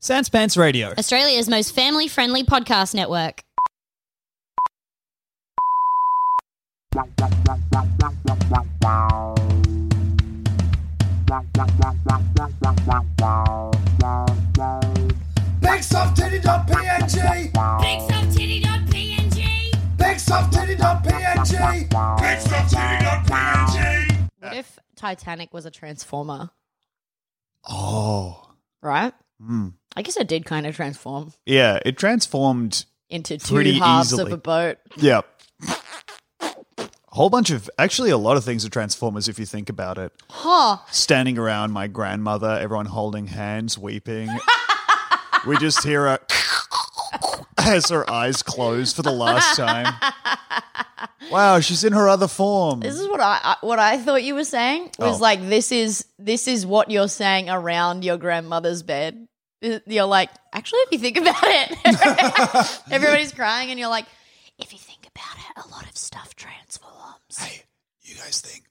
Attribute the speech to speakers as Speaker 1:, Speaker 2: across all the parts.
Speaker 1: Sans Pants Radio.
Speaker 2: Australia's most family friendly podcast network.
Speaker 1: Uh,
Speaker 3: BigSoftTitty.png
Speaker 4: BigSoftTitty.png.
Speaker 3: BigSoftTitty.png BigSoftTitty.png
Speaker 2: What if Titanic was a transformer,
Speaker 1: Oh.
Speaker 2: right?
Speaker 1: Mm.
Speaker 2: I guess it did kind of transform
Speaker 1: Yeah, it transformed.
Speaker 2: into two
Speaker 1: Pretty
Speaker 2: halves
Speaker 1: easily.
Speaker 2: of a boat.
Speaker 1: Yeah. A whole bunch of, actually, a lot of things are Transformers if you think about it.
Speaker 2: Huh.
Speaker 1: Standing around my grandmother, everyone holding hands, weeping. we just hear her as her eyes close for the last time. Wow, she's in her other form.
Speaker 2: This is what I, I what I thought you were saying
Speaker 1: Oh.
Speaker 2: was like this is this is what you're saying around your grandmother's bed. Uh, You're like, actually, if you think about it, everybody's crying, and you're like, if you think about it, a lot of stuff transforms.
Speaker 1: Hey, you guys think?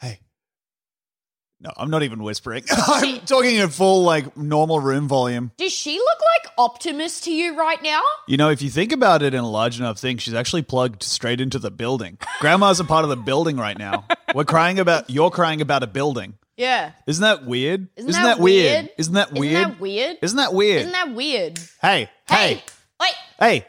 Speaker 1: Hey. No, I'm not even whispering. I'm talking at full, like, normal room volume.
Speaker 2: Does she look like Optimus to you right now?
Speaker 1: You know, if you think about it in a large enough thing, she's actually plugged straight into the building. Grandma's a part of the building right now. We're crying about, you're crying about a building.
Speaker 2: Yeah.
Speaker 1: Isn't that weird?
Speaker 2: Isn't that weird?
Speaker 1: Isn't that
Speaker 2: Isn't
Speaker 1: weird?
Speaker 2: that weird?
Speaker 1: Isn't that weird?
Speaker 2: Isn't that weird?
Speaker 1: hey, hey,
Speaker 2: wait.
Speaker 1: hey.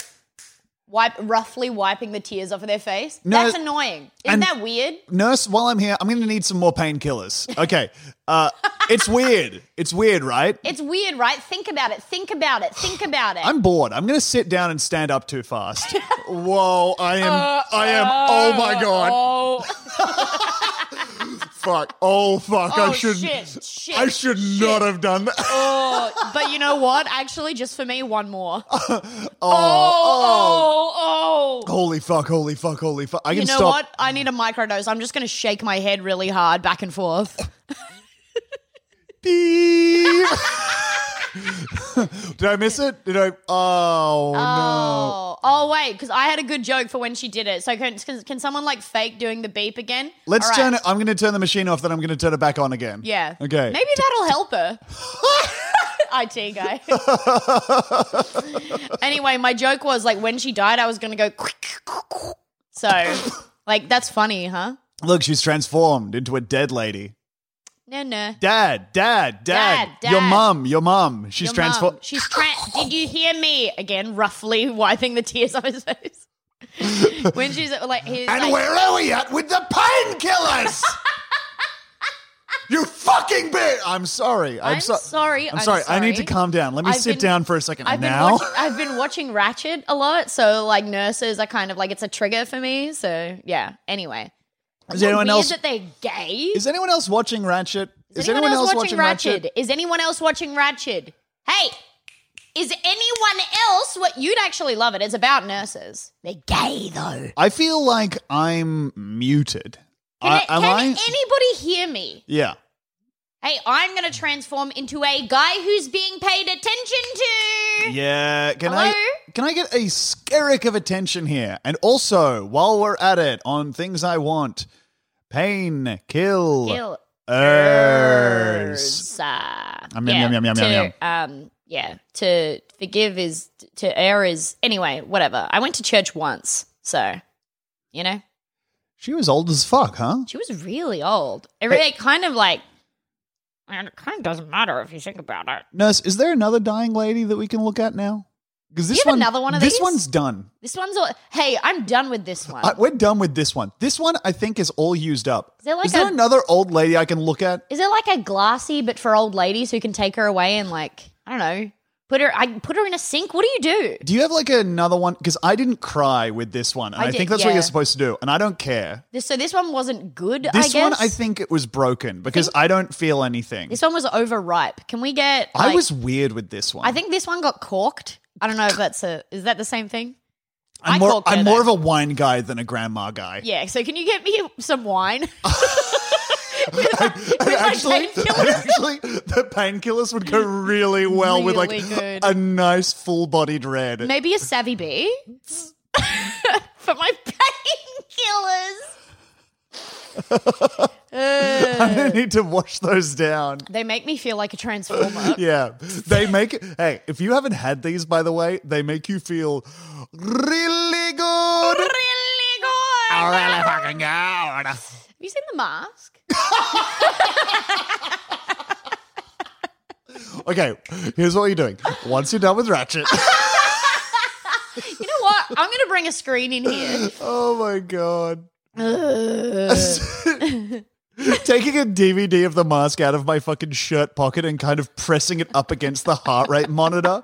Speaker 2: Wipe roughly wiping the tears off of their face.
Speaker 1: No,
Speaker 2: That's annoying.
Speaker 1: and-
Speaker 2: Isn't that weird?
Speaker 1: Nurse, while I'm here, I'm going to need some more painkillers. Okay. Uh, it's weird. It's weird, right?
Speaker 2: It's weird, right? Think about it. Think about it. Think about it.
Speaker 1: I'm bored. I'm going to sit down and stand up too fast. Whoa, I am.
Speaker 2: Uh,
Speaker 1: I am. oh my God.
Speaker 2: Oh,
Speaker 1: Fuck. Oh, fuck.
Speaker 2: oh
Speaker 1: I should.
Speaker 2: shit, shit.
Speaker 1: I should not have done that.
Speaker 2: Oh, but you know what? Actually, just for me, one more. Oh,
Speaker 1: oh.
Speaker 2: oh, oh.
Speaker 1: Holy fuck, holy fuck, holy fuck. I can
Speaker 2: You know
Speaker 1: stop.
Speaker 2: what? I need a microdose. I'm just going to shake my head really hard back and forth.
Speaker 1: Beep. Did I miss it? Did I? Oh, no.
Speaker 2: Oh, oh wait, because I had a good joke for when she did it. So can, can, can someone like fake doing the beep again?
Speaker 1: Let's
Speaker 2: All right.
Speaker 1: turn it. I'm going to turn the machine off, then I'm going to turn it back on again.
Speaker 2: Yeah.
Speaker 1: Okay.
Speaker 2: Maybe that'll help her. IT guy. anyway, my joke was like when she died, I was gonna go. So, like that's funny, huh?
Speaker 1: Look, she's transformed into a dead lady.
Speaker 2: No, no.
Speaker 1: Dad, dad, dad.
Speaker 2: Dad,
Speaker 1: Your
Speaker 2: dad.
Speaker 1: mum, your mum. She's
Speaker 2: Your mum,
Speaker 1: transformed.
Speaker 2: She's trans. Did you hear me again? Roughly wiping the tears off his face. when she's like, he's
Speaker 1: And
Speaker 2: like,
Speaker 1: where are we at with the painkillers? you fucking bitch! I'm sorry. I'm,
Speaker 2: I'm
Speaker 1: so-
Speaker 2: sorry,
Speaker 1: I'm
Speaker 2: I'm
Speaker 1: sorry. I need to
Speaker 2: sorry.
Speaker 1: calm down. Let me
Speaker 2: I've
Speaker 1: sit
Speaker 2: been-
Speaker 1: down for a 2nd
Speaker 2: I've been,
Speaker 1: now.
Speaker 2: watch- I've been watching Ratchet a lot, so like nurses are kind of like it's a trigger for me. So yeah. Anyway,
Speaker 1: Is anyone
Speaker 2: weird
Speaker 1: else?
Speaker 2: that they're gay?
Speaker 1: Is anyone else watching Ratchet?
Speaker 2: Is anyone, else, watching, Ratched? Is anyone else watching Ratched? Hey, is anyone else what you'd actually love it? It's about nurses. They're gay though.
Speaker 1: I feel like I'm muted.
Speaker 2: Can,
Speaker 1: I,
Speaker 2: it-
Speaker 1: am
Speaker 2: can
Speaker 1: I?
Speaker 2: anybody hear me?
Speaker 1: yeah.
Speaker 2: Hey, I'm gonna transform into a guy who's being paid attention to.
Speaker 1: Yeah. Can
Speaker 2: Hello?
Speaker 1: I? Can I get a skerrick of attention here? And also, while we're at it, on things I want, pain kill,
Speaker 2: Ew.
Speaker 1: ers.
Speaker 2: Uh,
Speaker 1: Um, yum,
Speaker 2: yeah,
Speaker 1: yum, yum, yum,
Speaker 2: to,
Speaker 1: yum,
Speaker 2: Um, yeah, to forgive is to err is anyway. Whatever. I went to church once, so you know.
Speaker 1: She was old as fuck, huh?
Speaker 2: She was really old. It really kind of like,
Speaker 4: And it kind of doesn't matter if you think about it.
Speaker 1: Nurse, is there another dying lady that we can look at now? Because this
Speaker 2: have
Speaker 1: one,
Speaker 2: another one of
Speaker 1: this
Speaker 2: these?
Speaker 1: one's done.
Speaker 2: this one's all, hey, I'm done with this one.
Speaker 1: I, we're done with this one. This one, I think, is all used up.
Speaker 2: Is there like a-
Speaker 1: another old lady I can look at?
Speaker 2: Is it like a glassy but for old ladies who can take her away and like, I don't know, put her, I put her in a sink? What do you do?
Speaker 1: Do you have like another one? Because I didn't cry with this one, and I,
Speaker 2: I did-
Speaker 1: think that's what
Speaker 2: yeah.
Speaker 1: you're supposed to do. And I don't care.
Speaker 2: This, so this one wasn't good, I
Speaker 1: This
Speaker 2: guess.
Speaker 1: one, I think it was broken because I don't feel anything.
Speaker 2: This one was overripe. Can we get,
Speaker 1: I
Speaker 2: like-
Speaker 1: was weird with this one.
Speaker 2: I think this one got corked. I don't know if that's a, is that the same thing?
Speaker 1: I'm
Speaker 2: I
Speaker 1: more,
Speaker 2: called her
Speaker 1: I'm more of
Speaker 2: that.
Speaker 1: a wine guy than a grandma guy.
Speaker 2: Yeah. So can you get me some wine? With my
Speaker 1: Actually,
Speaker 2: painkillers?
Speaker 1: actually, the painkillers would go really well with like
Speaker 2: Really good.
Speaker 1: a nice full-bodied red.
Speaker 2: Maybe a savvy bee for my painkillers. Uh,
Speaker 1: I don't need to wash those down.
Speaker 2: They make me feel like a transformer.
Speaker 1: Yeah. They make it. Hey, if you haven't had these, by the way, they make you feel really good.
Speaker 2: Really good.
Speaker 1: Oh, Really fucking good.
Speaker 2: Have you seen The Mask?
Speaker 1: Okay, here's what you're doing. Once you're done with Ratchet.
Speaker 2: You know what? I'm going to bring a screen in here.
Speaker 1: oh my God.
Speaker 2: Ugh.
Speaker 1: Taking a DVD of the mask out of my fucking shirt pocket and kind of pressing it up against the heart rate monitor.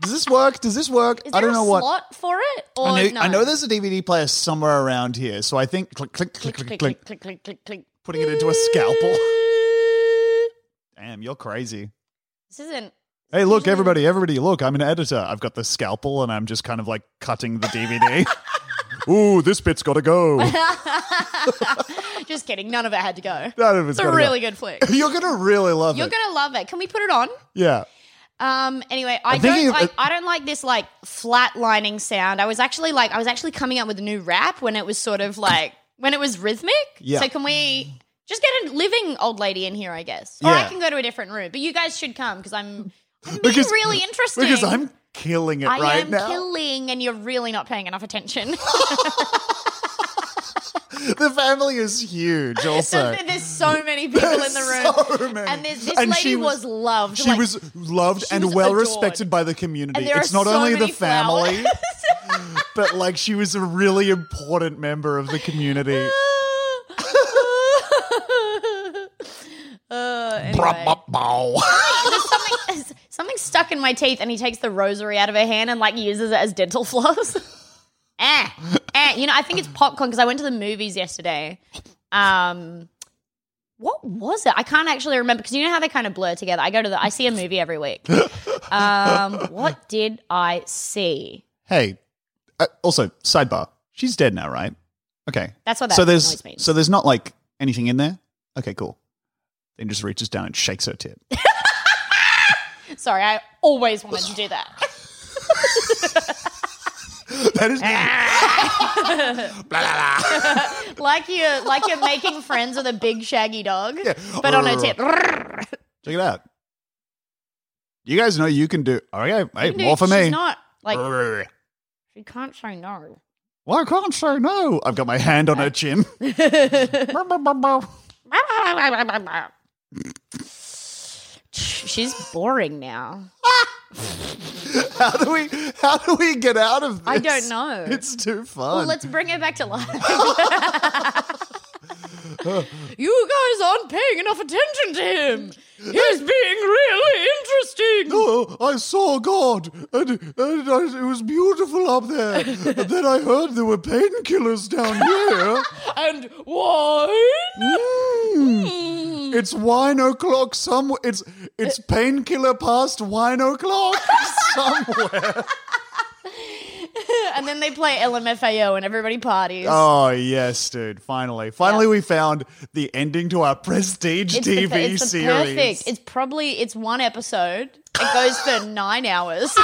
Speaker 1: Does this work? Does this work?
Speaker 2: Is there
Speaker 1: I don't
Speaker 2: a
Speaker 1: know what.
Speaker 2: slot for it? Or
Speaker 1: I know,
Speaker 2: no?
Speaker 1: I know there's a DVD player somewhere around here, so I think click, click, click, click, click,
Speaker 4: click, click, click, click, click, click.
Speaker 1: putting it into a scalpel. Damn, you're crazy.
Speaker 2: This isn't.
Speaker 1: Hey, look, everybody, everybody, look, I'm an editor. I've got the scalpel and I'm just kind of like cutting the DVD. Ooh, this bit's got to go.
Speaker 2: Just kidding. None of it had to go.
Speaker 1: None of
Speaker 2: It's
Speaker 1: it's
Speaker 2: a
Speaker 1: gotta
Speaker 2: really good flick.
Speaker 1: go. You're going to really love
Speaker 2: You're
Speaker 1: it.
Speaker 2: gonna love it. Can we put it on?
Speaker 1: yeah.
Speaker 2: Um. Anyway, I
Speaker 1: I'm thinking
Speaker 2: don't
Speaker 1: of-
Speaker 2: like. I don't like this like flatlining sound. I was actually like, I was actually coming up with a new rap when it was sort of like when it was rhythmic.
Speaker 1: Yeah.
Speaker 2: So can we just get a living old lady in here? I guess, or
Speaker 1: Yeah.
Speaker 2: I can go to a different room. But you guys should come because I'm, I'm being
Speaker 1: Because-
Speaker 2: really interesting.
Speaker 1: Because I'm killing it
Speaker 2: I
Speaker 1: right
Speaker 2: am
Speaker 1: now.
Speaker 2: killing, and you're really not paying enough attention.
Speaker 1: the family is huge, also.
Speaker 2: There's- there's so many people in the room.
Speaker 1: So many.
Speaker 2: and there's, this
Speaker 1: And
Speaker 2: lady
Speaker 1: she
Speaker 2: was, loved.
Speaker 1: She
Speaker 2: like-
Speaker 1: was loved
Speaker 2: she
Speaker 1: and
Speaker 2: was
Speaker 1: well
Speaker 2: adored.
Speaker 1: respected by the community.
Speaker 2: And there
Speaker 1: It's
Speaker 2: are
Speaker 1: not
Speaker 2: so
Speaker 1: only the
Speaker 2: many flowers.
Speaker 1: family, but like she was a really important member of the community.
Speaker 2: uh, anyway.
Speaker 1: Brum-bum-bow.
Speaker 2: There's something, there's something stuck in my teeth, and he takes the rosary out of her hand and like uses it as dental floss. eh, eh. You know, I think it's popcorn because I went to the movies yesterday. Um, what was it? I can't actually remember because you know how they kind of blur together. I go to the, I see a movie every week. Um, what did I see?
Speaker 1: hey, uh, also sidebar. She's dead now, right? Okay.
Speaker 2: That's what that
Speaker 1: so
Speaker 2: noise
Speaker 1: there's
Speaker 2: means.
Speaker 1: so there's not like anything in there. Okay, cool. Then just reaches down and shakes her tit.
Speaker 2: Sorry, I always wanted to do that.
Speaker 1: that is
Speaker 2: Ah, like you, like you're making friends with a big shaggy dog,
Speaker 1: Yeah.
Speaker 2: but on a tip.
Speaker 1: Check it out. You guys know you can do. Okay, hey, more for
Speaker 2: She's
Speaker 1: me.
Speaker 2: not like
Speaker 1: Well,
Speaker 4: She can't say no.
Speaker 1: I can't say no. I've got my hand on her chin.
Speaker 2: She's boring now.
Speaker 1: How do we? How do we get out of this?
Speaker 2: I don't know.
Speaker 1: It's too
Speaker 2: well,
Speaker 1: fun.
Speaker 2: let's bring her back to life. you guys aren't paying enough attention to him. He's being really interesting.
Speaker 1: Oh, I saw God, and, and I, it was beautiful up there. and then I heard there were painkillers down here.
Speaker 2: And wine.
Speaker 1: Mm. It's wine o'clock somewhere. It's it's painkiller past wine o'clock somewhere.
Speaker 2: And then they play LMFAO and everybody parties.
Speaker 1: Oh yes, dude! Finally, finally, we found the ending to our prestige
Speaker 2: It's the-
Speaker 1: TV
Speaker 2: it's the
Speaker 1: series.
Speaker 2: perfect. It's probably it's one episode. It goes for nine hours.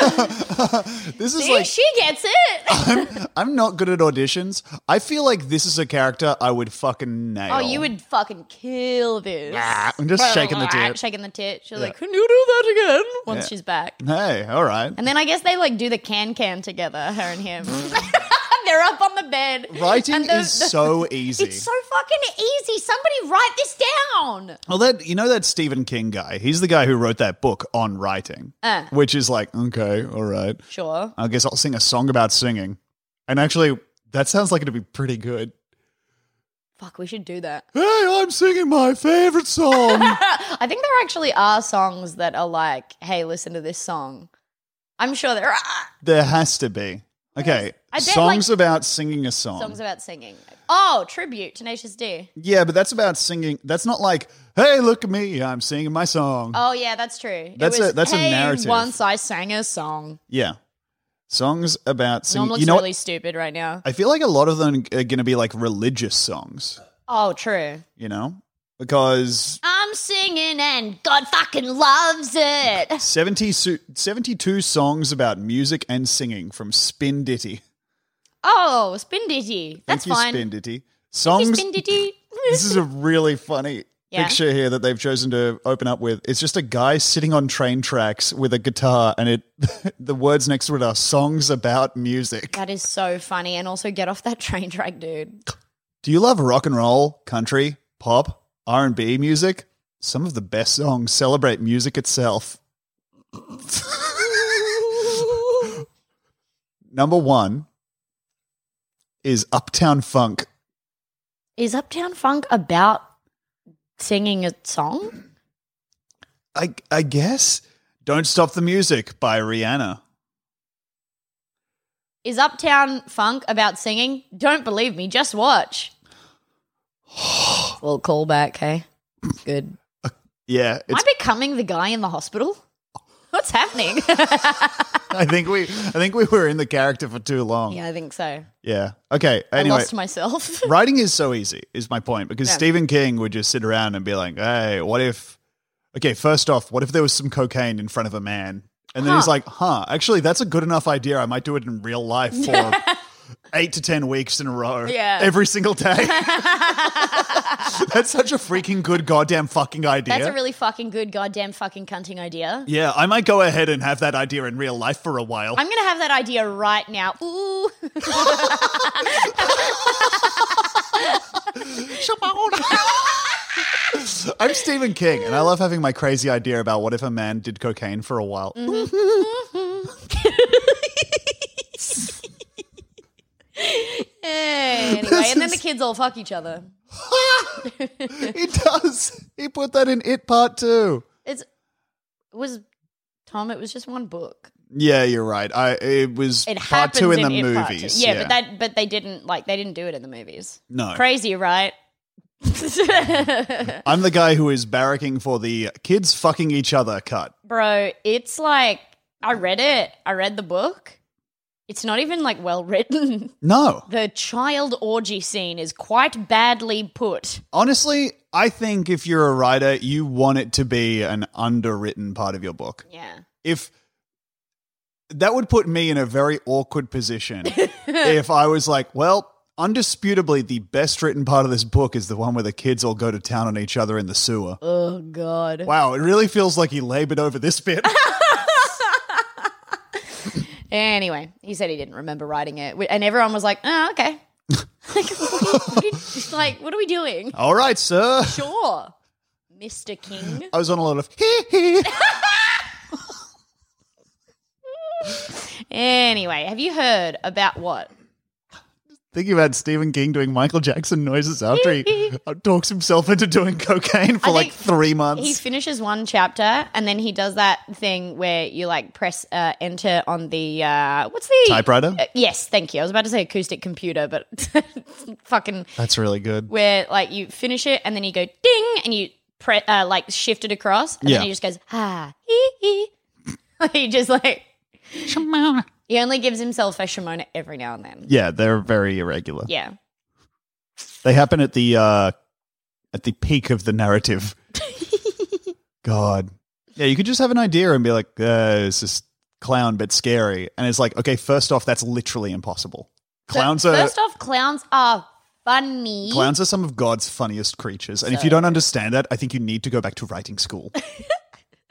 Speaker 1: this is
Speaker 2: See,
Speaker 1: like
Speaker 2: she gets it.
Speaker 1: I'm not good at auditions. I feel like this is a character I would fucking nail.
Speaker 2: Oh, you would fucking kill this.
Speaker 1: Ah, I'm just shaking the
Speaker 2: Ah,
Speaker 1: tit.
Speaker 2: Shaking the tit. She's like, "Can you do that again?" Once she's back,
Speaker 1: Hey, all right.
Speaker 2: and then I guess they like do the can can together, her and him. They're up on the bed.
Speaker 1: Writing
Speaker 2: And the-
Speaker 1: is
Speaker 2: the-
Speaker 1: so easy.
Speaker 2: It's so fucking easy. Somebody write this down.
Speaker 1: Well, that you know that Stephen King guy. He's the guy who wrote that book on writing,
Speaker 2: Uh.
Speaker 1: which is like okay, all right.
Speaker 2: Sure.
Speaker 1: I guess I'll sing a song about singing. And actually, that sounds like it'd be pretty good.
Speaker 2: Fuck, we should do that.
Speaker 1: Hey, I'm singing my favorite song.
Speaker 2: I think there actually are songs that are like, hey, listen to this song. I'm sure there are
Speaker 1: there has to be. Okay,
Speaker 2: I bet,
Speaker 1: songs about singing a song.
Speaker 2: songs about singing. Oh, tribute, Tenacious D.
Speaker 1: yeah, but that's about singing. That's not like, hey, look at me, I'm singing my song.
Speaker 2: Oh, yeah, that's true.
Speaker 1: That's
Speaker 2: it was,
Speaker 1: a- that's a
Speaker 2: hey,
Speaker 1: narrative.
Speaker 2: Once I sang a song.
Speaker 1: Yeah, songs about
Speaker 2: Norm
Speaker 1: singing.
Speaker 2: looks
Speaker 1: You know, what?
Speaker 2: really stupid right now.
Speaker 1: I feel like a lot of them are going to be like religious songs.
Speaker 2: Oh, true.
Speaker 1: You know, because
Speaker 2: I'm singing and God fucking loves it.
Speaker 1: 70 su- 72 songs about music and singing from Spin Ditty.
Speaker 2: Oh, Spinditty. That's
Speaker 1: Thank
Speaker 2: fine.
Speaker 1: you, Spinditty. Songs.
Speaker 2: Spinditty.
Speaker 1: This is a really funny
Speaker 2: Yeah.
Speaker 1: picture here that they've chosen to open up with. It's just a guy sitting on train tracks with a guitar, and it the words next to it are songs about music.
Speaker 2: that is so funny. And also get off that train track, dude.
Speaker 1: Do you love rock and roll, country, pop, R and B music? Some of the best songs celebrate music itself. Number one is Uptown Funk.
Speaker 2: Is Uptown Funk about singing a song?
Speaker 1: I I guess. Don't Stop the Music by Rihanna.
Speaker 2: Is Uptown Funk about singing? Don't believe me, just watch. well, call back, hey? Good.
Speaker 1: Yeah,
Speaker 2: Am
Speaker 1: it's,
Speaker 2: I becoming the guy in the hospital? What's happening?
Speaker 1: I think we I think we were in the character for too long. Yeah.
Speaker 2: yeah, I think so.
Speaker 1: Okay. Anyway,
Speaker 2: I lost myself.
Speaker 1: writing is so easy is my point because
Speaker 2: Yeah.
Speaker 1: Stephen King would just sit around and be like, "Hey, what if Okay, first off, what if there was some cocaine in front of a man?" And then he's
Speaker 2: Huh.
Speaker 1: like, "Huh, actually that's a good enough idea. I might do it in real life for 8 to 10 weeks in a row
Speaker 2: Yeah.
Speaker 1: every single day." that's such a freaking good goddamn fucking idea.
Speaker 2: That's a really fucking good goddamn fucking cunting idea.
Speaker 1: yeah, I might go ahead and have that idea in real life for a while.
Speaker 2: I'm gonna have that idea right now. Ooh.
Speaker 1: I'm Stephen King, and I love having my crazy idea about what if a man did cocaine for a
Speaker 2: Mm.
Speaker 1: while.
Speaker 2: anyway, and then the kids all fuck each other.
Speaker 1: he does. He put that in It Part 2.
Speaker 2: It's it was Tom. It was just one book.
Speaker 1: Yeah, you're right. I It was
Speaker 2: It
Speaker 1: Part
Speaker 2: happens
Speaker 1: 2 in the
Speaker 2: It Part Two.
Speaker 1: movies.
Speaker 2: Yeah, but that but they didn't like they didn't do it in the movies.
Speaker 1: No.
Speaker 2: Crazy, right?
Speaker 1: I'm the guy who is barracking for the kids fucking each other cut.
Speaker 2: Bro, it's like I read it. I read the book. It's not even like well written.
Speaker 1: No.
Speaker 2: The child orgy scene is quite badly put.
Speaker 1: Honestly, I think if you're a writer, you want it to be an underwritten part of your book.
Speaker 2: Yeah.
Speaker 1: if that would put me in a very awkward position if I was like, well, undisputably the best written part of this book is the one where the kids all go to town on each other in the sewer.
Speaker 2: Oh god.
Speaker 1: Wow, it really feels like he labored over this bit.
Speaker 2: Anyway, he said he didn't remember writing it, Wh- and everyone was like, "Oh, okay." like, what are you- it's like, what are we doing?
Speaker 1: all right, sir.
Speaker 2: Sure, Mister King.
Speaker 1: I was on a lot of hee hee.
Speaker 2: Anyway, have you heard about what?
Speaker 1: Thinking about Stephen King doing Michael Jackson noises after he uh, talks himself into doing cocaine for
Speaker 2: I
Speaker 1: like
Speaker 2: think
Speaker 1: three
Speaker 2: He
Speaker 1: months.
Speaker 2: finishes one chapter, and then he does that thing where you like press uh, enter on the uh, what's the
Speaker 1: Typewriter?
Speaker 2: Uh, yes, thank you. I was about to say acoustic computer, but fucking
Speaker 1: That's really good.
Speaker 2: where like you finish it and then you go ding and you pre- uh, like shift it across and
Speaker 1: Yeah.
Speaker 2: then he just goes ah hee hee. Like, he just like he only gives himself a Shimona every now and then.
Speaker 1: Yeah, they're very irregular.
Speaker 2: Yeah.
Speaker 1: They happen at the uh at the peak of the narrative. God. Yeah, you could just have an idea and be like, uh, it's this clown but scary. And it's like, okay, first off, that's literally impossible. Clowns are
Speaker 2: First off, clowns are funny.
Speaker 1: clowns are some of God's funniest creatures. And if you don't understand that, I think you need to go back to writing school.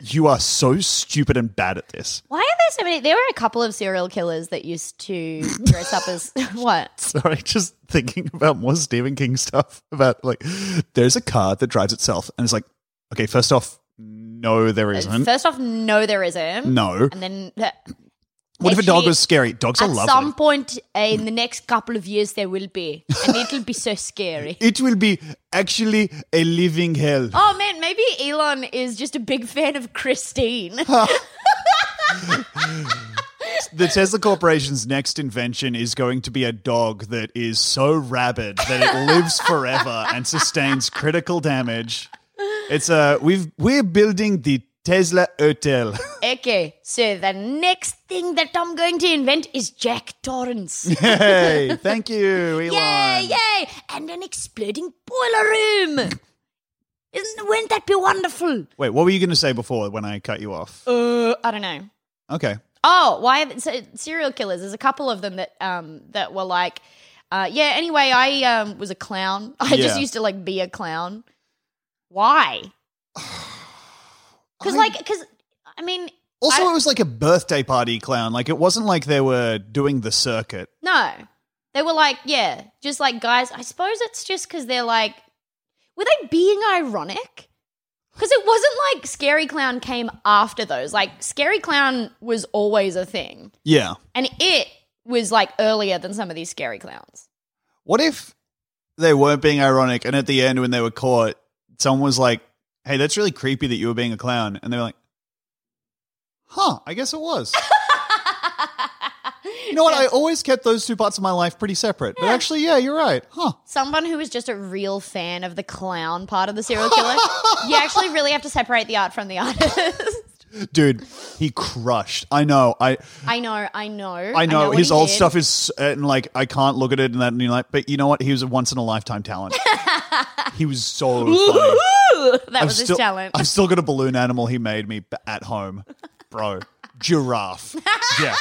Speaker 1: you are so stupid and bad at this.
Speaker 2: Why are there so many? There were a couple of serial killers that used to dress up as what?
Speaker 1: Sorry, just thinking about more Stephen King stuff about like there's a car that drives itself and it's like, okay, first off, no, there isn't.
Speaker 2: First off, no, there isn't.
Speaker 1: No.
Speaker 2: And then uh,
Speaker 1: What if a dog
Speaker 2: Actually,
Speaker 1: was scary? Dogs are
Speaker 2: at
Speaker 1: lovely.
Speaker 2: some point uh, in the next couple of years, there will be, and it'll be so scary.
Speaker 1: it will be actually a living hell.
Speaker 2: Oh man, maybe Elon is just a big fan of Christine.
Speaker 1: The Tesla Corporation's next invention is going to be a dog that is so rabid that it lives forever and sustains critical damage. It's a we've we're building the Tesla Hotel.
Speaker 2: okay, so the next thing that I'm going to invent is Jack Torrance.
Speaker 1: hey, thank you, Elon.
Speaker 2: yay, yay! And an exploding boiler room. Isn't wouldn't that be wonderful?
Speaker 1: Wait, what were you going to say before when I cut you off?
Speaker 2: Uh, I don't know.
Speaker 1: Okay.
Speaker 2: Oh, why have- so, serial killers? There's a couple of them that um that were like, uh, yeah. Anyway, I um was a clown. I
Speaker 1: Yeah.
Speaker 2: just used to like be a clown. Why? Because
Speaker 1: I-
Speaker 2: like, because I mean,
Speaker 1: also
Speaker 2: I-
Speaker 1: it was like a birthday party clown. Like it wasn't like they were doing the circuit.
Speaker 2: no, they were like, yeah, just like guys. I suppose it's just because they're like, were they being ironic? Because it wasn't like Scary Clown came after those. Like Scary Clown was always a thing,
Speaker 1: Yeah.
Speaker 2: and it was like earlier than some of these scary clowns.
Speaker 1: What if they weren't being ironic and at the end when they were caught, someone was like, Hey, that's really creepy that you were being a clown and they were like, Huh, I guess it was. You know what? I always kept those two parts of my life pretty separate. But actually, yeah, you're right. Huh.
Speaker 2: someone who is just a real fan of the clown part of the serial killer, you actually really have to separate the art from the artist.
Speaker 1: Dude, he crushed. I know. I
Speaker 2: I know, I know.
Speaker 1: I know,
Speaker 2: what
Speaker 1: his
Speaker 2: he
Speaker 1: old
Speaker 2: did.
Speaker 1: stuff is uh, and like I can't look at it and that and you're like, but you know what? He was a once in a lifetime talent. he was so funny.
Speaker 2: Ooh, that
Speaker 1: I'm
Speaker 2: was
Speaker 1: still-
Speaker 2: his talent.
Speaker 1: I've still got a balloon animal he made me b- at home, bro. Giraffe. Yeah,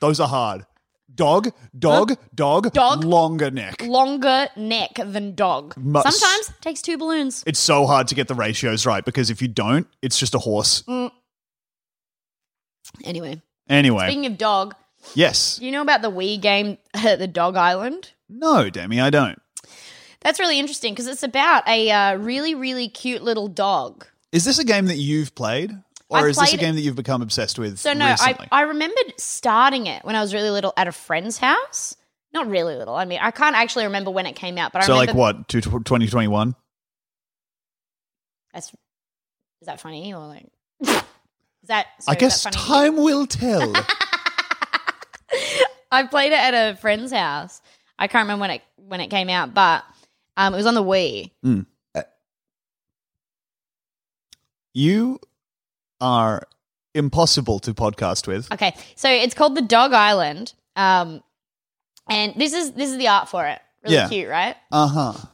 Speaker 1: those are hard. Dog, dog, dog,
Speaker 2: Dog.
Speaker 1: longer neck.
Speaker 2: Longer neck than dog.
Speaker 1: Must-
Speaker 2: Sometimes takes two balloons.
Speaker 1: It's so hard to get the ratios right because if you don't, it's just a horse.
Speaker 2: Mm. Anyway,
Speaker 1: Anyway,
Speaker 2: speaking of dog,
Speaker 1: yes.
Speaker 2: do you know about the Wii game, The Dog Island?
Speaker 1: No, Demi, I don't.
Speaker 2: That's really interesting because it's about a uh, really, really cute little dog.
Speaker 1: Is this a game that you've played? Or
Speaker 2: I've
Speaker 1: is this a
Speaker 2: played-
Speaker 1: game that you've become obsessed with
Speaker 2: So no, I,
Speaker 1: recently?
Speaker 2: I remembered starting it when I was really little at a friend's house. Not really little. I mean, I can't actually remember when it came out, but I
Speaker 1: so
Speaker 2: remember
Speaker 1: like what, to- 2021?
Speaker 2: That's, is that funny or like is that?
Speaker 1: I
Speaker 2: sorry, is
Speaker 1: guess
Speaker 2: that funny?
Speaker 1: time will tell.
Speaker 2: I played it at a friend's house. I can't remember when it when it came out, but um, it was on the Wii.
Speaker 1: you are impossible to podcast with.
Speaker 2: Okay, so it's called the Dog Island. Um, and this is this is the art for it. Really
Speaker 1: Yeah.
Speaker 2: cute, right?
Speaker 1: Uh
Speaker 2: Uh-huh.
Speaker 1: huh.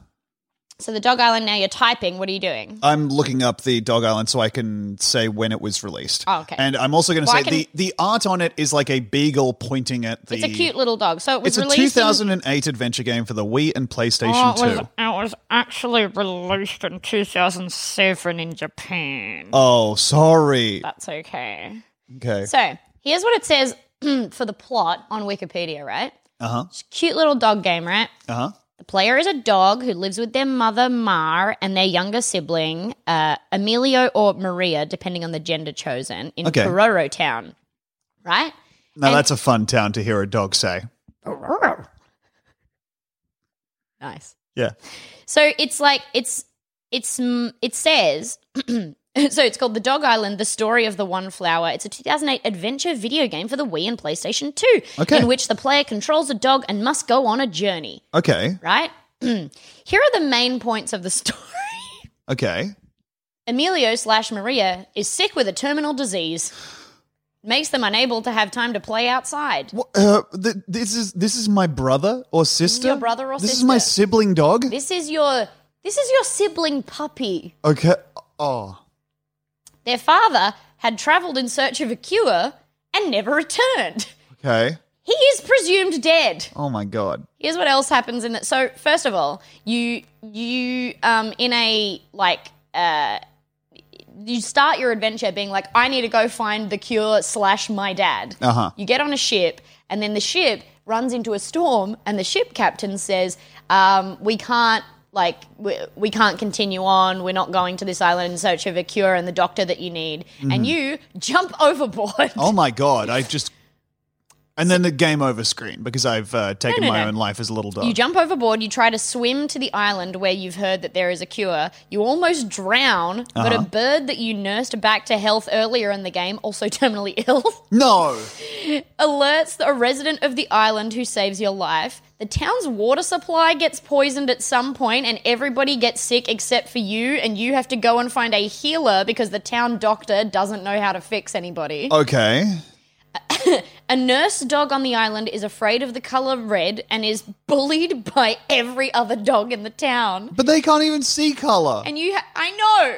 Speaker 2: So the Dog Island. Now you're typing. What are you doing?
Speaker 1: I'm looking up the Dog Island so I can say when it was released.
Speaker 2: Oh, okay.
Speaker 1: And I'm also going to
Speaker 2: Well,
Speaker 1: say
Speaker 2: I can-
Speaker 1: the, the art on it is like a beagle pointing at the.
Speaker 2: it's a cute little dog. So it
Speaker 1: It's
Speaker 2: was
Speaker 1: a
Speaker 2: released. in-
Speaker 1: 2008 adventure game for the Wii and PlayStation
Speaker 4: Oh, it, was,
Speaker 1: 2.
Speaker 4: it was actually released in 2007 in Japan.
Speaker 1: Oh, sorry.
Speaker 4: That's okay.
Speaker 1: Okay.
Speaker 2: Uh, So here's what it says for the plot on Wikipedia, right?
Speaker 1: Uh huh.
Speaker 2: It's a cute little dog game, right?
Speaker 1: Uh huh.
Speaker 2: The player is a dog who lives with their mother, Mar, and their younger sibling, uh, Emilio or Maria, depending on the gender chosen, in
Speaker 1: Okay.
Speaker 2: Kororo Town, right?
Speaker 1: Now
Speaker 2: And-
Speaker 1: that's a fun town to hear a dog say.
Speaker 2: Nice.
Speaker 1: Yeah.
Speaker 2: So it's like it's it's mm, it says so it's called The Dog Island: The Story of the One Flower. It's a 2008 adventure video game for the Wii and PlayStation 2,
Speaker 1: Okay.
Speaker 2: in which the player controls a dog and must go on a journey.
Speaker 1: Okay.
Speaker 2: Right? Here are the main points of the story.
Speaker 1: Okay.
Speaker 2: Emilio slash Maria is sick with a terminal disease, makes them unable to have time to play outside.
Speaker 1: What, uh, th- this is this is my brother or sister.
Speaker 2: your brother or
Speaker 1: this is my
Speaker 2: sister.
Speaker 1: sibling dog.
Speaker 2: This is your this is your sibling puppy.
Speaker 1: Okay. Oh.
Speaker 2: Their father had traveled in search of a cure and never returned.
Speaker 1: Okay.
Speaker 2: He is presumed dead.
Speaker 1: Oh my god.
Speaker 2: Here's what else happens in that. So first of all, you you um in a like uh you start your adventure being like, I need to go find the cure slash my dad.
Speaker 1: Uh huh.
Speaker 2: You get on a ship, and then the ship runs into a storm, and the ship captain says, um, "We can't." Like we, we can't continue on. We're not going to this island in search of a cure and the doctor that you need. And you jump overboard.
Speaker 1: Oh my god, I just and then the game over screen because I've uh, taken
Speaker 2: no,
Speaker 1: my
Speaker 2: no.
Speaker 1: own life as a little dog.
Speaker 2: You jump overboard, you try to swim to the island where you've heard that there is a cure. You almost drown, but a bird that you nursed back to health earlier in the game, also terminally ill,
Speaker 1: no,
Speaker 2: alerts a resident of the island who saves your life. The town's water supply gets poisoned at some point, and everybody gets sick except for you, and you have to go and find a healer because the town doctor doesn't know how to fix anybody.
Speaker 1: Oh. okay,
Speaker 2: A nurse dog on the island is afraid of the color red and is bullied by every other dog in the town.
Speaker 1: but they can't even see color.
Speaker 2: And you, ha- I know.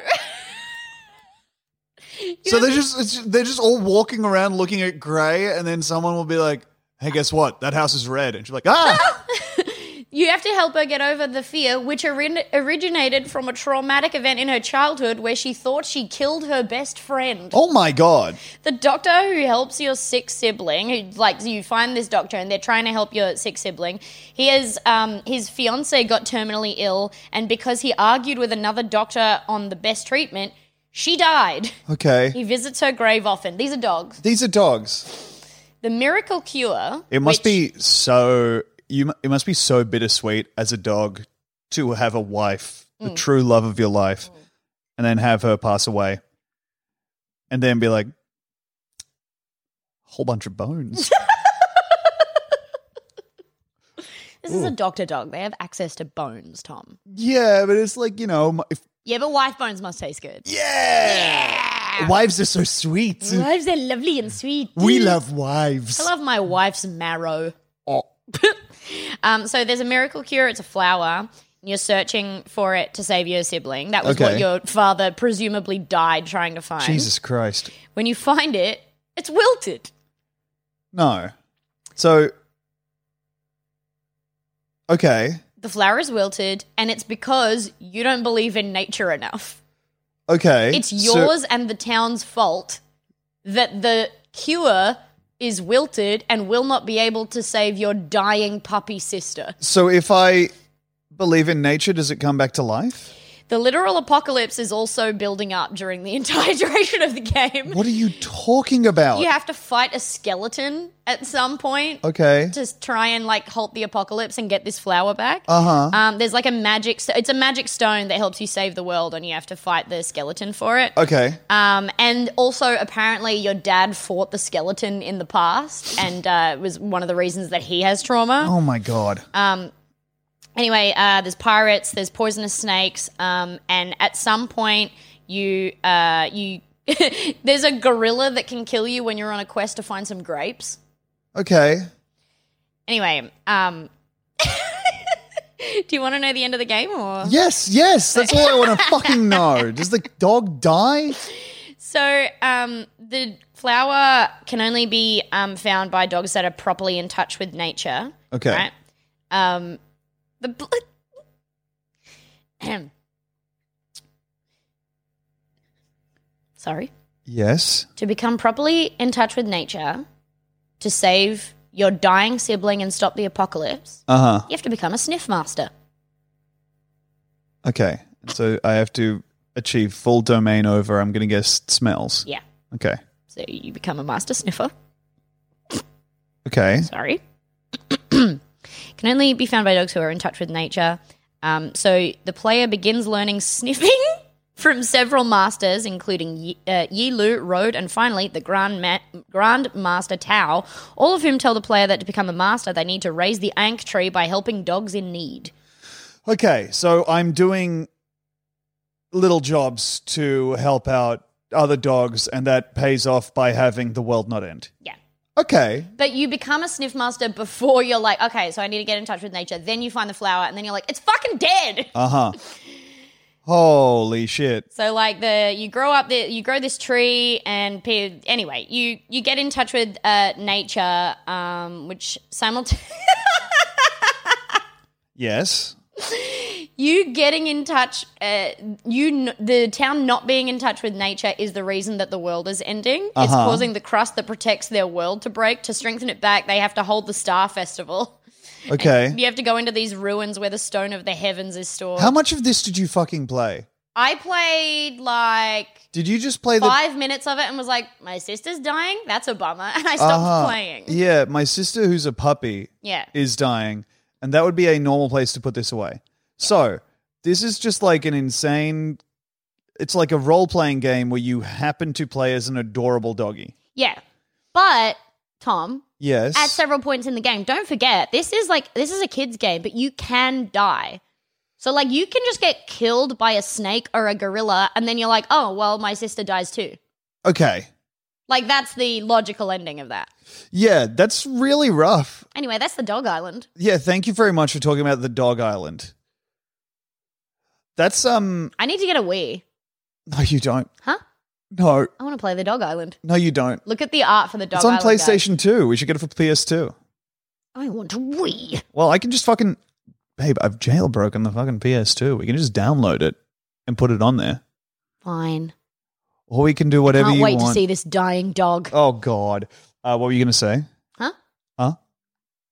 Speaker 1: So they're just it's, they're just all walking around looking at grey, and then someone will be like, "Hey, guess what? That house is red." And she's like, "Ah,
Speaker 2: You have to help her get over the fear, which orin- originated from a traumatic event in her childhood where she thought she killed her best friend.
Speaker 1: oh my god!"
Speaker 2: The doctor who helps your sick sibling, who like you find this doctor and they're trying to help your sick sibling. He has um, his fiance got terminally ill, and because he argued with another doctor on the best treatment, she died. He
Speaker 1: Okay,
Speaker 2: visits her grave often. These are dogs.
Speaker 1: these are dogs.
Speaker 2: The miracle cure.
Speaker 1: It must
Speaker 2: which-
Speaker 1: be so you. mu- It must be so bittersweet as a dog to have a wife,
Speaker 2: Mm.
Speaker 1: the true love of your life, and then have her pass away, and then be like, "Whole bunch of bones."
Speaker 2: This is a doctor dog. They have access to bones, Tom.
Speaker 1: yeah, but it's like you know, my- if,
Speaker 2: Yeah, but wife bones must taste good.
Speaker 1: yeah, wives are so sweet.
Speaker 2: Wives are lovely and sweet.
Speaker 1: We love wives.
Speaker 2: I love my wife's marrow.
Speaker 1: Oh.
Speaker 2: Um, so there's a miracle cure. It's a flower. and You're searching for it to save your sibling. That was
Speaker 1: Okay.
Speaker 2: what your father presumably died trying to find.
Speaker 1: Jesus Christ.
Speaker 2: When you find it, it's wilted.
Speaker 1: No. So Okay.
Speaker 2: The flower is wilted, and it's because you don't believe in nature enough.
Speaker 1: Okay.
Speaker 2: It's
Speaker 1: So-
Speaker 2: yours and the town's fault that the cure is wilted and will not be able to save your dying puppy sister.
Speaker 1: So, if I believe in nature, does it come back to life?
Speaker 2: The literal apocalypse is also building up during the entire duration of the game.
Speaker 1: What are you talking about?
Speaker 2: You have to fight a skeleton at some point
Speaker 1: Okay.
Speaker 2: to s- try and like halt the apocalypse and get this flower back.
Speaker 1: Uh-huh.
Speaker 2: Um, there's like a magic. St- it's a magic stone that helps you save the world, and you have to fight the skeleton for it.
Speaker 1: Okay.
Speaker 2: Um, and also, apparently, your dad fought the skeleton in the past, and uh, was one of the reasons that he has trauma. Um,
Speaker 1: Oh my god.
Speaker 2: anyway, uh, there's pirates, there's poisonous snakes, um, and at some point you uh, you there's a gorilla that can kill you when you're on a quest to find some grapes.
Speaker 1: okay.
Speaker 2: Anyway, um, do you want to know the end of the game or?
Speaker 1: Yes, yes. That's all I want to fucking know. Does the dog die?
Speaker 2: So um, the flower can only be um, found by dogs that are properly in touch with nature.
Speaker 1: Okay.
Speaker 2: Right. Um, the bl- sorry
Speaker 1: Yes.
Speaker 2: to become properly in touch with nature to save your dying sibling and stop the apocalypse.
Speaker 1: Uh-huh.
Speaker 2: You have to become a sniff master.
Speaker 1: Okay. So I have to achieve full domain over I'm going to guess smells.
Speaker 2: Yeah.
Speaker 1: Okay.
Speaker 2: So you become a master sniffer.
Speaker 1: Okay.
Speaker 2: Sorry. Can only be found by dogs who are in touch with nature. Um, so the player begins learning sniffing from several masters, including Yi, uh, Yi Lu, Road, and finally the Grand, Ma- Grand Master Tao, all of whom tell the player that to become a master, they need to raise the Ankh tree by helping dogs in need.
Speaker 1: Okay, so I'm doing little jobs to help out other dogs, and that pays off by having the world not end.
Speaker 2: Yeah.
Speaker 1: Okay,
Speaker 2: But you become a sniff master before you're like, okay, so I need to get in touch with nature. Then you find the flower, and then you're like, it's fucking dead.
Speaker 1: uh huh. Holy shit.
Speaker 2: So like the you grow up the you grow this tree and pe- anyway you you get in touch with uh, nature, um, which simultaneously
Speaker 1: Yes.
Speaker 2: you getting in touch uh, you n- the town not being in touch with nature is the reason that the world is ending. It's
Speaker 1: Uh-huh.
Speaker 2: causing the crust that protects their world to break. To strengthen it back, they have to hold the star festival.
Speaker 1: Okay.
Speaker 2: You have to go into these ruins where the stone of the heavens is stored.
Speaker 1: How much of this did you fucking play?
Speaker 2: I played like
Speaker 1: Did you just play the.
Speaker 2: five minutes of it and was like, my sister's dying. That's a bummer. And I stopped
Speaker 1: Uh-huh.
Speaker 2: playing. Yeah.
Speaker 1: Yeah, my sister, who's a puppy, is dying, and that would be a normal place to put this away. So this is just like an insane. It's like a role playing game where you happen to play as an adorable doggy.
Speaker 2: Yeah. But, Tom,
Speaker 1: Yes.
Speaker 2: at several points in the game, don't forget, this is like, this is a kid's game, but you can die. So, like, you can just get killed by a snake or a gorilla, and then you're like, oh, well, my sister dies too.
Speaker 1: okay.
Speaker 2: Like, that's the logical ending of that.
Speaker 1: Yeah, that's really rough.
Speaker 2: Anyway, that's the dog island.
Speaker 1: Yeah, thank you very much for talking about the dog island. That's um
Speaker 2: I need to get a wee.
Speaker 1: no you don't.
Speaker 2: Huh?
Speaker 1: No,
Speaker 2: I want to play the Dog Island.
Speaker 1: no, you don't.
Speaker 2: Look at the art for the Dog
Speaker 1: it's on
Speaker 2: Island. guys.
Speaker 1: PlayStation 2. We should get it for PS2.
Speaker 2: I want to Wii.
Speaker 1: Well, I can just fucking. Babe, I've jailbroken the fucking PS2. We can just download it and put it on there.
Speaker 2: Fine.
Speaker 1: Or we can do whatever
Speaker 2: Can't
Speaker 1: you
Speaker 2: wait
Speaker 1: want.
Speaker 2: to see this dying dog.
Speaker 1: Oh, God. Uh, what were you going to say?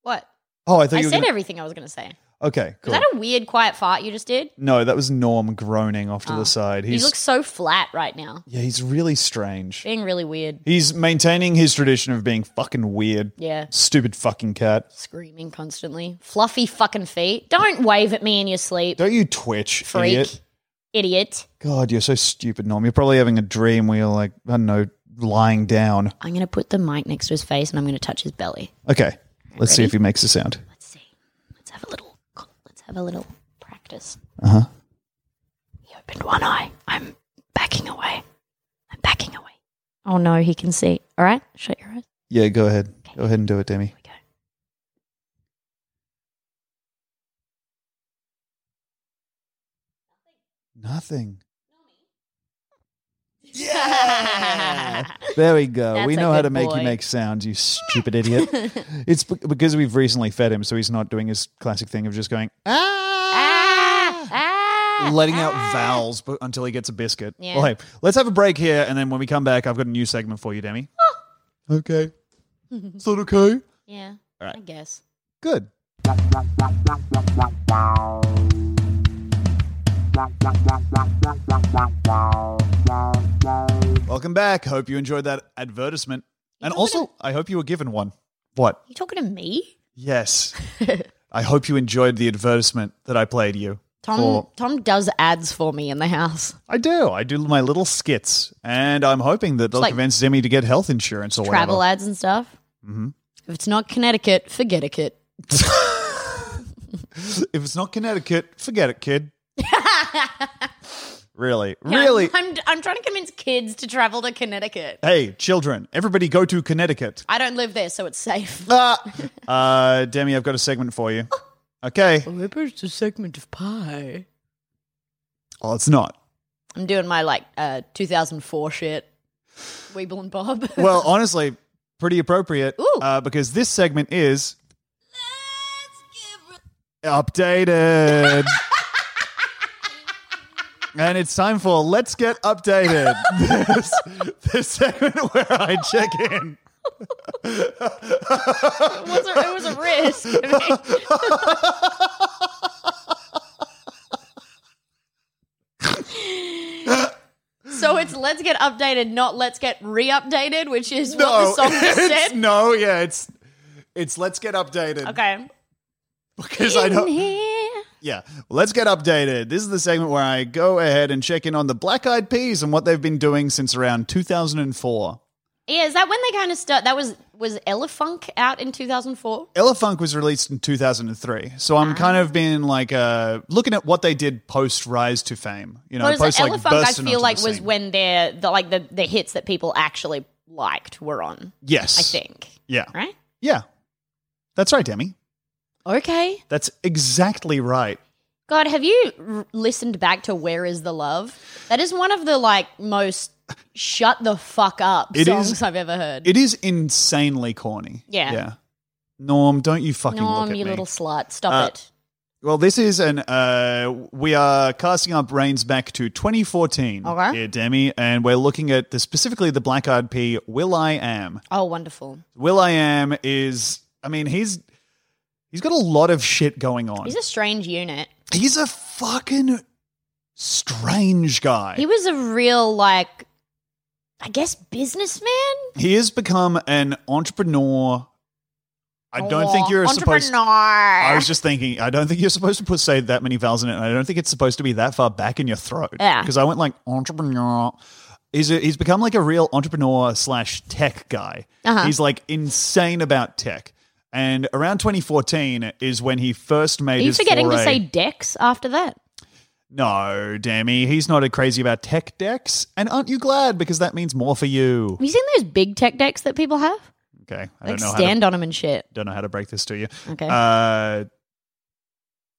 Speaker 2: What?
Speaker 1: Oh, I thought
Speaker 2: I
Speaker 1: you were
Speaker 2: said
Speaker 1: gonna-
Speaker 2: everything I was going to say.
Speaker 1: Okay, cool.
Speaker 2: Was that a weird quiet fart you just did?
Speaker 1: No, that was Norm groaning off to
Speaker 2: Oh.
Speaker 1: the side.
Speaker 2: He
Speaker 1: He's
Speaker 2: looks so flat right now.
Speaker 1: yeah, he's really strange.
Speaker 2: Being really weird.
Speaker 1: He's maintaining his tradition of being fucking weird.
Speaker 2: Yeah.
Speaker 1: Stupid fucking cat.
Speaker 2: Screaming constantly. Fluffy fucking feet. Don't wave at me in your sleep.
Speaker 1: Don't you twitch,
Speaker 2: Freak.
Speaker 1: idiot.
Speaker 2: Idiot.
Speaker 1: God, you're so stupid, Norm. You're probably having a dream where you're like, I don't know, lying down.
Speaker 2: I'm going to put the mic next to his face and I'm going to touch his belly.
Speaker 1: Okay, let's see
Speaker 2: Ready?
Speaker 1: if he makes a sound.
Speaker 2: Let's see. Let's have a little. Let's have a little practice.
Speaker 1: Uh huh.
Speaker 2: He opened one eye. I'm backing away. I'm backing away. Oh no, he can see. All right, shut your eyes.
Speaker 1: Yeah, go ahead. Go ahead and do it, Demi.
Speaker 2: Here we go.
Speaker 1: Nothing. Yeah. There we go.
Speaker 2: That's
Speaker 1: we
Speaker 2: a
Speaker 1: know how
Speaker 2: good
Speaker 1: to make
Speaker 2: boy.
Speaker 1: you make sounds, you stupid idiot. It's be- because we've recently fed him, so he's not doing his classic thing of just going
Speaker 2: Ah, ah,
Speaker 1: letting out
Speaker 2: ah.
Speaker 1: vowels but until he gets a biscuit.
Speaker 2: Yeah.
Speaker 1: Well, hey, let's have a break here, and then when we come back, I've got a new segment for you, Demi.
Speaker 2: Ah!
Speaker 1: okay. Is that okay?
Speaker 2: Yeah.
Speaker 1: All right.
Speaker 2: I guess.
Speaker 1: Good. Welcome back. Hope you enjoyed that advertisement. and
Speaker 2: know what
Speaker 1: also, I hope you were given one. What?
Speaker 2: You talking to me?
Speaker 1: Yes. I hope you enjoyed the advertisement that I played you.
Speaker 2: Tom
Speaker 1: for-
Speaker 2: Tom does ads for me in the house.
Speaker 1: I do. I do my little skits, and I'm hoping that they'll
Speaker 2: like-
Speaker 1: convince Demi to get health insurance or
Speaker 2: Travel
Speaker 1: whatever. Mm-hmm.
Speaker 2: ads and stuff. If it's not Connecticut, forget it. kid.
Speaker 1: if it's not Connecticut, forget it, kid. really, really.
Speaker 2: I'm, I'm I'm trying to convince kids to travel to Connecticut.
Speaker 1: Hey, children, everybody go to Connecticut.
Speaker 2: I don't live there, so it's safe.
Speaker 1: Ah! uh, Demi, I've got a segment for you. Okay.
Speaker 2: Where's the segment of pie?
Speaker 1: Oh, it's not.
Speaker 2: I'm doing my like uh, 2004 shit. Weeble and Bob.
Speaker 1: Well, honestly, pretty appropriate
Speaker 2: Ooh.
Speaker 1: uh, because this segment is updated. And it's time for Let's Get Updated. this, this segment where I check in.
Speaker 2: it, was a, it was a risk. I mean, so it's let's get updated, not let's get re-updated, which is what the song just
Speaker 1: it's-
Speaker 2: said.
Speaker 1: no, yeah, it's it's Let's Get Updated.
Speaker 2: Okay.
Speaker 1: Because I
Speaker 2: In
Speaker 1: don't.
Speaker 2: here.
Speaker 1: Yeah, let's get updated. This is the segment where I go ahead and check in on the Black Eyed Peas and what they've been doing since around 2004.
Speaker 2: Yeah, is that when they kind of start? That was was Elefunk out in 2004.
Speaker 1: Ella Funk was released in 2003, so I'm kind
Speaker 2: Ah.
Speaker 1: of been like uh, looking at what they did post Rise to Fame. You know,
Speaker 2: Whereas
Speaker 1: post like
Speaker 2: Elefunk, I
Speaker 1: bursting
Speaker 2: feel
Speaker 1: onto
Speaker 2: like
Speaker 1: the
Speaker 2: was
Speaker 1: scene.
Speaker 2: when their the like the the hits that people actually liked were on.
Speaker 1: yes,
Speaker 2: I think.
Speaker 1: yeah,
Speaker 2: Right?
Speaker 1: yeah, that's right, Demi.
Speaker 2: Okay.
Speaker 1: That's exactly right.
Speaker 2: God, have you r- listened back to "Where Is the Love"? That is one of the like most shut the fuck up
Speaker 1: It
Speaker 2: songs
Speaker 1: is-
Speaker 2: I've ever heard.
Speaker 1: It is insanely corny.
Speaker 2: Yeah.
Speaker 1: yeah. Norm, don't you fucking look
Speaker 2: Norm,
Speaker 1: at
Speaker 2: you
Speaker 1: me.
Speaker 2: little slut, stop
Speaker 1: Uh,
Speaker 2: it.
Speaker 1: Well, this is an uh, we are casting our brains back to 2014
Speaker 2: Okay.
Speaker 1: here, Demi, and we're looking at the, specifically the Black Eyed Pea. Will I am?
Speaker 2: Oh, wonderful.
Speaker 1: Will I am is. I mean, he's he's got a lot of shit going on.
Speaker 2: He's a strange unit.
Speaker 1: He's a fucking strange guy.
Speaker 2: He was a real like, I guess businessman.
Speaker 1: he has become an entrepreneur. I don't think
Speaker 2: Or
Speaker 1: you're
Speaker 2: entrepreneur.
Speaker 1: supposed. I was just thinking. I don't think you're supposed to put say that many vowels in it. And I don't think it's supposed to be that far back in your throat.
Speaker 2: Yeah.
Speaker 1: Because I went like entrepreneur. He's a, he's become like a real entrepreneur slash tech guy.
Speaker 2: Uh-huh.
Speaker 1: He's like insane about tech. And around 2014 is when he first made.
Speaker 2: Are you
Speaker 1: his
Speaker 2: forgetting to
Speaker 1: foray-
Speaker 2: say Dex after that?
Speaker 1: No, Dammy, he's not a crazy about tech decks. And aren't you glad? Because that means more for you.
Speaker 2: Have you seen those big tech decks that people have?
Speaker 1: Okay, I
Speaker 2: Like
Speaker 1: don't know. how to
Speaker 2: stand on 'em on them and shit.
Speaker 1: don't know how to break this to you.
Speaker 2: Okay.
Speaker 1: Uh,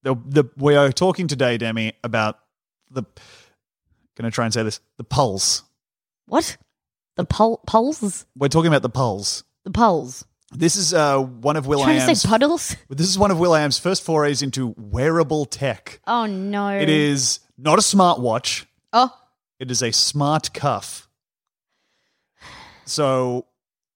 Speaker 1: the the we are talking today, Demi, about the. Going to try and say this: the pulse,
Speaker 2: What? The pol- poles?
Speaker 1: We're talking about the polls.
Speaker 2: The poles.
Speaker 1: This is uh, one of Will I
Speaker 2: Trying to
Speaker 1: Am's.
Speaker 2: say puddles?
Speaker 1: this is one of Will I Am's first forays into wearable tech.
Speaker 2: Oh no.
Speaker 1: It is not a smartwatch.
Speaker 2: Oh,
Speaker 1: It is a smart cuff. So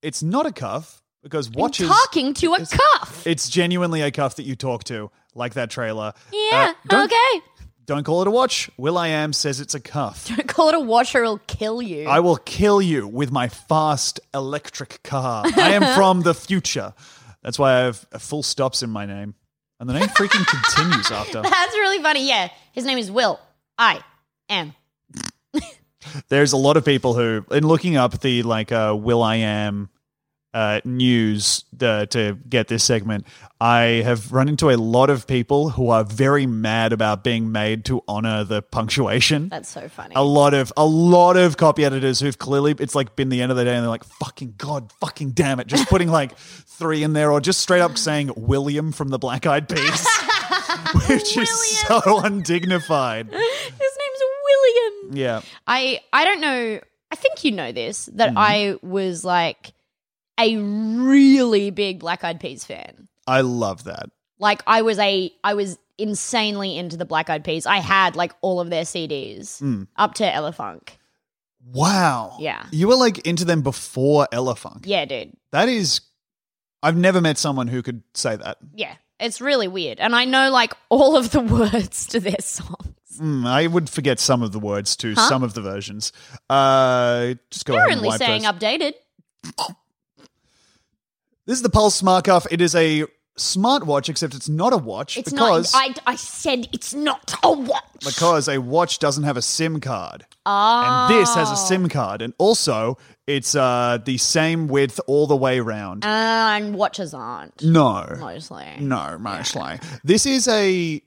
Speaker 1: it's not a cuff because watches.
Speaker 2: talking to a cuff.
Speaker 1: It's genuinely a cuff that you talk to, like that trailer.
Speaker 2: Yeah.
Speaker 1: Uh, don't,
Speaker 2: okay.
Speaker 1: Don't call it a watch. Will I Am says it's a cuff.
Speaker 2: Don't call it a watch or it'll kill you.
Speaker 1: I will kill you with my fast electric car. I am from the future. That's why I have uh, full stops in my name. And the name freaking continues after.
Speaker 2: That's really funny. Yeah. His name is Will. I am.
Speaker 1: There's a lot of people who, in looking up the like uh, Will I Am uh, news uh, to get this segment, I have run into a lot of people who are very mad about being made to honor the punctuation.
Speaker 2: That's so funny.
Speaker 1: a lot of a lot of copy editors who've clearly it's like been the end of the day and they're like fucking god fucking damn it just putting like three in there or just straight up saying william from the black eyed peas which is so undignified
Speaker 2: His name's William.
Speaker 1: yeah
Speaker 2: I I don't know. I think you know this that
Speaker 1: Hmm.
Speaker 2: I was like a really big Black Eyed Peas fan.
Speaker 1: i love that
Speaker 2: Like I was a I was insanely into the Black Eyed Peas. I had like all of their CDs
Speaker 1: Mm.
Speaker 2: up to Ella Funk.
Speaker 1: wow
Speaker 2: Yeah.
Speaker 1: you were like into them before ella funk
Speaker 2: Yeah, dude.
Speaker 1: that is i've never met someone who could say that
Speaker 2: Yeah. It's really weird. And I know like all of the words to their songs.
Speaker 1: Mm, i would forget some of the words to
Speaker 2: Huh?
Speaker 1: some of the versions uh just go
Speaker 2: They're
Speaker 1: ahead and
Speaker 2: only
Speaker 1: wipe
Speaker 2: saying
Speaker 1: those.
Speaker 2: updated.
Speaker 1: This is the Pulse Smart Cuff. It is a smartwatch, except it's not a watch
Speaker 2: It's
Speaker 1: because
Speaker 2: not I I said it's not a watch.
Speaker 1: because a watch doesn't have a SIM card,
Speaker 2: oh.
Speaker 1: and this has a SIM card, and also it's uh, the same width all the way round.
Speaker 2: and watches aren't
Speaker 1: no,
Speaker 2: mostly.
Speaker 1: no, mostly this is a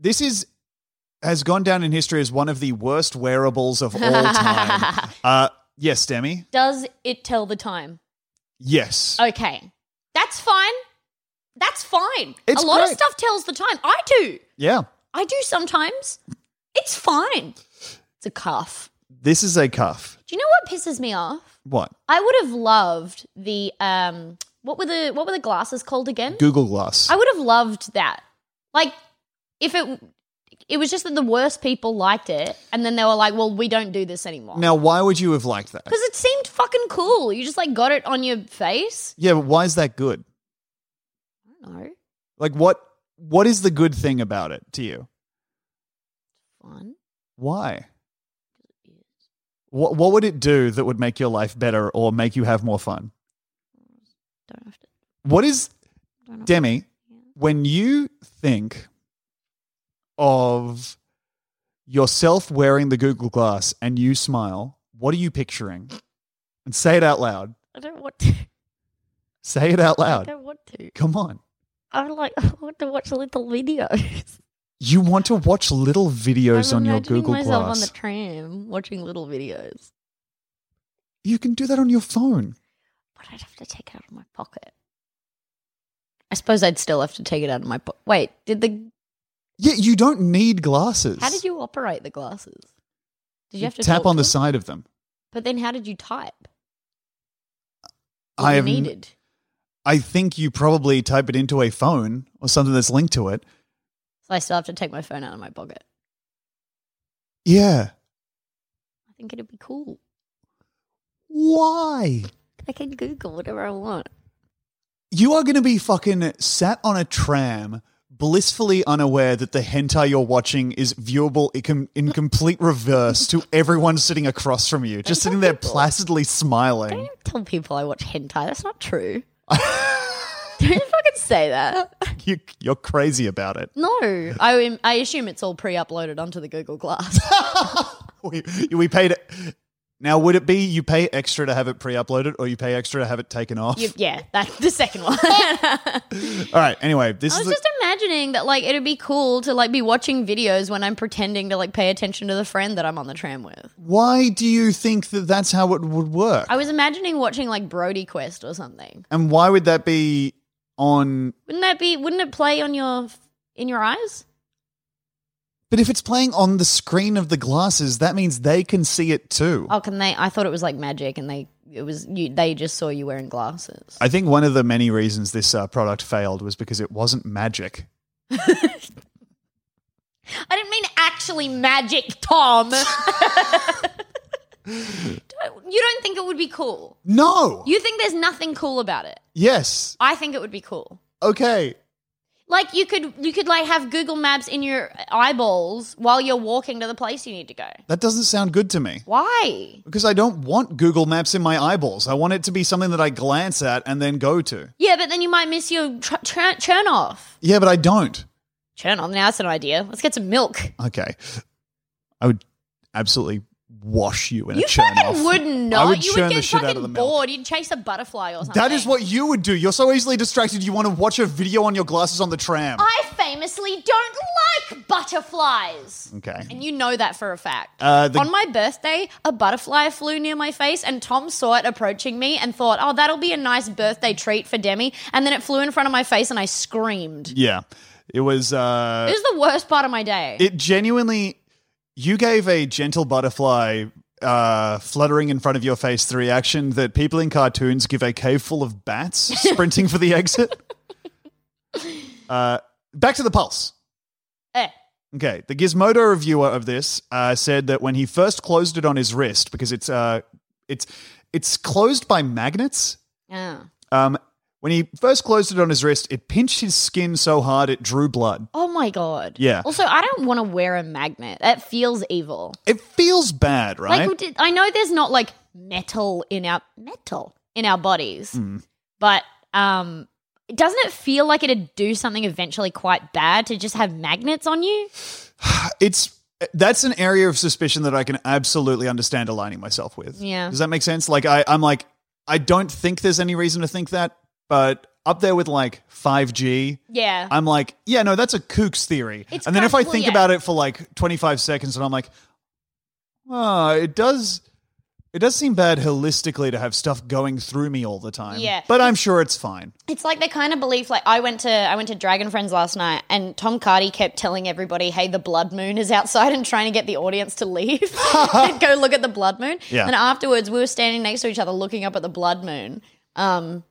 Speaker 1: this is has gone down in history as one of the worst wearables of all time. uh, yes, Demi.
Speaker 2: Does it tell the time?
Speaker 1: Yes.
Speaker 2: Okay. That's fine. That's fine.
Speaker 1: It's
Speaker 2: a lot
Speaker 1: great.
Speaker 2: of stuff tells the time. I do.
Speaker 1: Yeah.
Speaker 2: I do sometimes. It's fine. It's a cuff.
Speaker 1: This is a cuff.
Speaker 2: Do you know what pisses me off?
Speaker 1: What?
Speaker 2: I would have loved the um what were the what were the glasses called again?
Speaker 1: Google Glass.
Speaker 2: I would have loved that. Like if it it was just that the worst people liked it and then they were like, "Well, we don't do this anymore."
Speaker 1: Now, why would you have liked that?
Speaker 2: Cuz it seemed fucking cool. You just like got it on your face.
Speaker 1: Yeah, but why is that good?
Speaker 2: I don't know.
Speaker 1: Like, what what is the good thing about it to you?
Speaker 2: Fun.
Speaker 1: Why? What what would it do that would make your life better or make you have more fun?
Speaker 2: Don't have to
Speaker 1: What is
Speaker 2: don't have to-
Speaker 1: Demi? When you think of yourself wearing the Google Glass and you smile, what are you picturing? And say it out loud.
Speaker 4: I don't want to.
Speaker 1: Say it out
Speaker 4: I
Speaker 1: loud.
Speaker 4: don't want to.
Speaker 1: Come on.
Speaker 4: I'm like, I want to watch little videos.
Speaker 1: You want to watch little videos
Speaker 2: I'm
Speaker 1: on your
Speaker 2: imagining
Speaker 1: Google
Speaker 2: myself
Speaker 1: Glass.
Speaker 2: on the tram watching little videos,
Speaker 1: you can do that on your phone.
Speaker 2: but I'd have to take it out of my pocket. I suppose I'd still have to take it out of my pocket. Wait, did the
Speaker 1: Yeah, you don't need glasses.
Speaker 2: how did you operate the glasses? Did you have to
Speaker 1: tap
Speaker 2: talk
Speaker 1: on
Speaker 2: to
Speaker 1: the
Speaker 2: them?
Speaker 1: side of them?
Speaker 2: But then, how did you type? What
Speaker 1: I
Speaker 2: you
Speaker 1: have. n-
Speaker 2: needed.
Speaker 1: I think you probably type it into a phone or something that's linked to it.
Speaker 2: So I still have to take my phone out of my pocket.
Speaker 1: Yeah.
Speaker 2: I think it'd be cool.
Speaker 1: Why?
Speaker 2: I can Google whatever I want.
Speaker 1: You are going to be fucking sat on a tram, blissfully unaware that the hentai you're watching is viewable in, com- in complete reverse to everyone sitting across from you, just sitting there placidly smiling.
Speaker 2: Don't tell people I watch hentai. That's not true. Don't you fucking say that.
Speaker 1: you, you're crazy about it.
Speaker 2: No, I I assume it's all pre-uploaded onto the Google Glass.
Speaker 1: we, we paid it. Now, would it be you pay extra to have it pre uploaded or you pay extra to have it taken off?
Speaker 2: You- yeah, that the second one.
Speaker 1: All right. Anyway, this
Speaker 2: I
Speaker 1: is
Speaker 2: was
Speaker 1: the-
Speaker 2: just imagining that like it'd be cool to like be watching videos when I'm pretending to like pay attention to the friend that I'm on the tram with.
Speaker 1: why do you think that that's how it would work?
Speaker 2: I was imagining watching like Brody Quest or something.
Speaker 1: and why would that be on?
Speaker 2: Wouldn't that be? Wouldn't it play on your in your eyes?
Speaker 1: But if it's playing on the screen of the glasses, that means they can see it too.
Speaker 2: Oh, can they? I thought it was like magic, and they it was you. They just saw you wearing glasses.
Speaker 1: I think one of the many reasons this uh, product failed was because it wasn't magic.
Speaker 2: I didn't mean actually magic, Tom. Don't- you don't think it would be cool?
Speaker 1: No.
Speaker 2: You think there's nothing cool about it?
Speaker 1: yes.
Speaker 2: I think it would be cool.
Speaker 1: Okay.
Speaker 2: Like you could you could like have Google Maps in your eyeballs while you're walking to the place you need to go.
Speaker 1: That doesn't sound good to me.
Speaker 2: Why?
Speaker 1: Because I don't want Google Maps in my eyeballs. I want it to be something that I glance at and then go to.
Speaker 2: Yeah, but then you might miss your tr- tr- churn off.
Speaker 1: Yeah, but I don't.
Speaker 2: Churn off. Now that's an idea. Let's get some milk.
Speaker 1: Okay. I would absolutely wash you in
Speaker 2: You
Speaker 1: a churn
Speaker 2: fucking
Speaker 1: off.
Speaker 2: would not.
Speaker 1: I would
Speaker 2: you
Speaker 1: churn
Speaker 2: would
Speaker 1: the
Speaker 2: get
Speaker 1: shit
Speaker 2: fucking
Speaker 1: out of the milk.
Speaker 2: bored. You'd chase a butterfly or something.
Speaker 1: That is what you would do. You're so easily distracted. You want to watch a video on your glasses on the tram.
Speaker 2: I famously don't like butterflies.
Speaker 1: okay.
Speaker 2: And you know that for a fact.
Speaker 1: Uh, the-
Speaker 2: On my birthday, a butterfly flew near my face, and Tom saw it approaching me and thought, oh, that'll be a nice birthday treat for Demi. And then it flew in front of my face, and I screamed.
Speaker 1: Yeah. It was uh
Speaker 2: It was the worst part of my day.
Speaker 1: it genuinely you gave a gentle butterfly uh, fluttering in front of your face the reaction that people in cartoons give a cave full of bats sprinting for the exit uh, back to the pulse
Speaker 2: Eh.
Speaker 1: okay the gizmodo reviewer of this uh, said that when he first closed it on his wrist because it's uh, it's it's closed by magnets
Speaker 2: Yeah.
Speaker 1: um, when he first closed it on his wrist it pinched his skin so hard it drew blood
Speaker 2: Oh my god.
Speaker 1: Yeah.
Speaker 2: Also, I don't want to wear a magnet. That feels evil.
Speaker 1: it feels bad right
Speaker 2: Like, who did- I know there's not like metal in our metal in our bodies,
Speaker 1: Mm.
Speaker 2: but um, doesn't it feel like it'd do something eventually quite bad to just have magnets on you?
Speaker 1: it's that's an area of suspicion that I can absolutely understand aligning myself with.
Speaker 2: Yeah.
Speaker 1: Does that make sense? Like I, I'm like, I don't think there's any reason to think that, but up there with like 5G,
Speaker 2: Yeah.
Speaker 1: I'm like, yeah, no, that's a kooks theory.
Speaker 2: It's
Speaker 1: and then if I
Speaker 2: kind of-
Speaker 1: think
Speaker 2: yeah.
Speaker 1: about it for like 25 seconds and I'm like, oh, it does it does seem bad holistically to have stuff going through me all the time.
Speaker 2: Yeah.
Speaker 1: But I'm sure it's fine.
Speaker 2: It's like the kind of belief. Like I went to I went to Dragon Friends last night, and Tom Cardy kept telling everybody, "Hey, the blood moon is outside," and trying to get the audience to leave and go look at the blood moon.
Speaker 1: Yeah.
Speaker 2: And afterwards, we were standing next to each other, looking up at the blood moon. Um,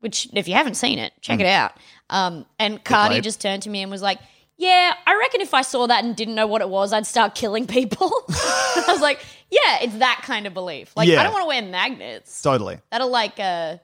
Speaker 2: which, if you haven't seen it, check
Speaker 1: Hmm.
Speaker 2: it out. Um, and Cardi
Speaker 1: light.
Speaker 2: just turned to me and was like, "Yeah, I reckon if I saw that and didn't know what it was, I'd start killing people." I was like, "Yeah, it's that kind of belief. Like,
Speaker 1: Yeah.
Speaker 2: I don't want to wear magnets.
Speaker 1: Totally.
Speaker 2: That'll like, uh,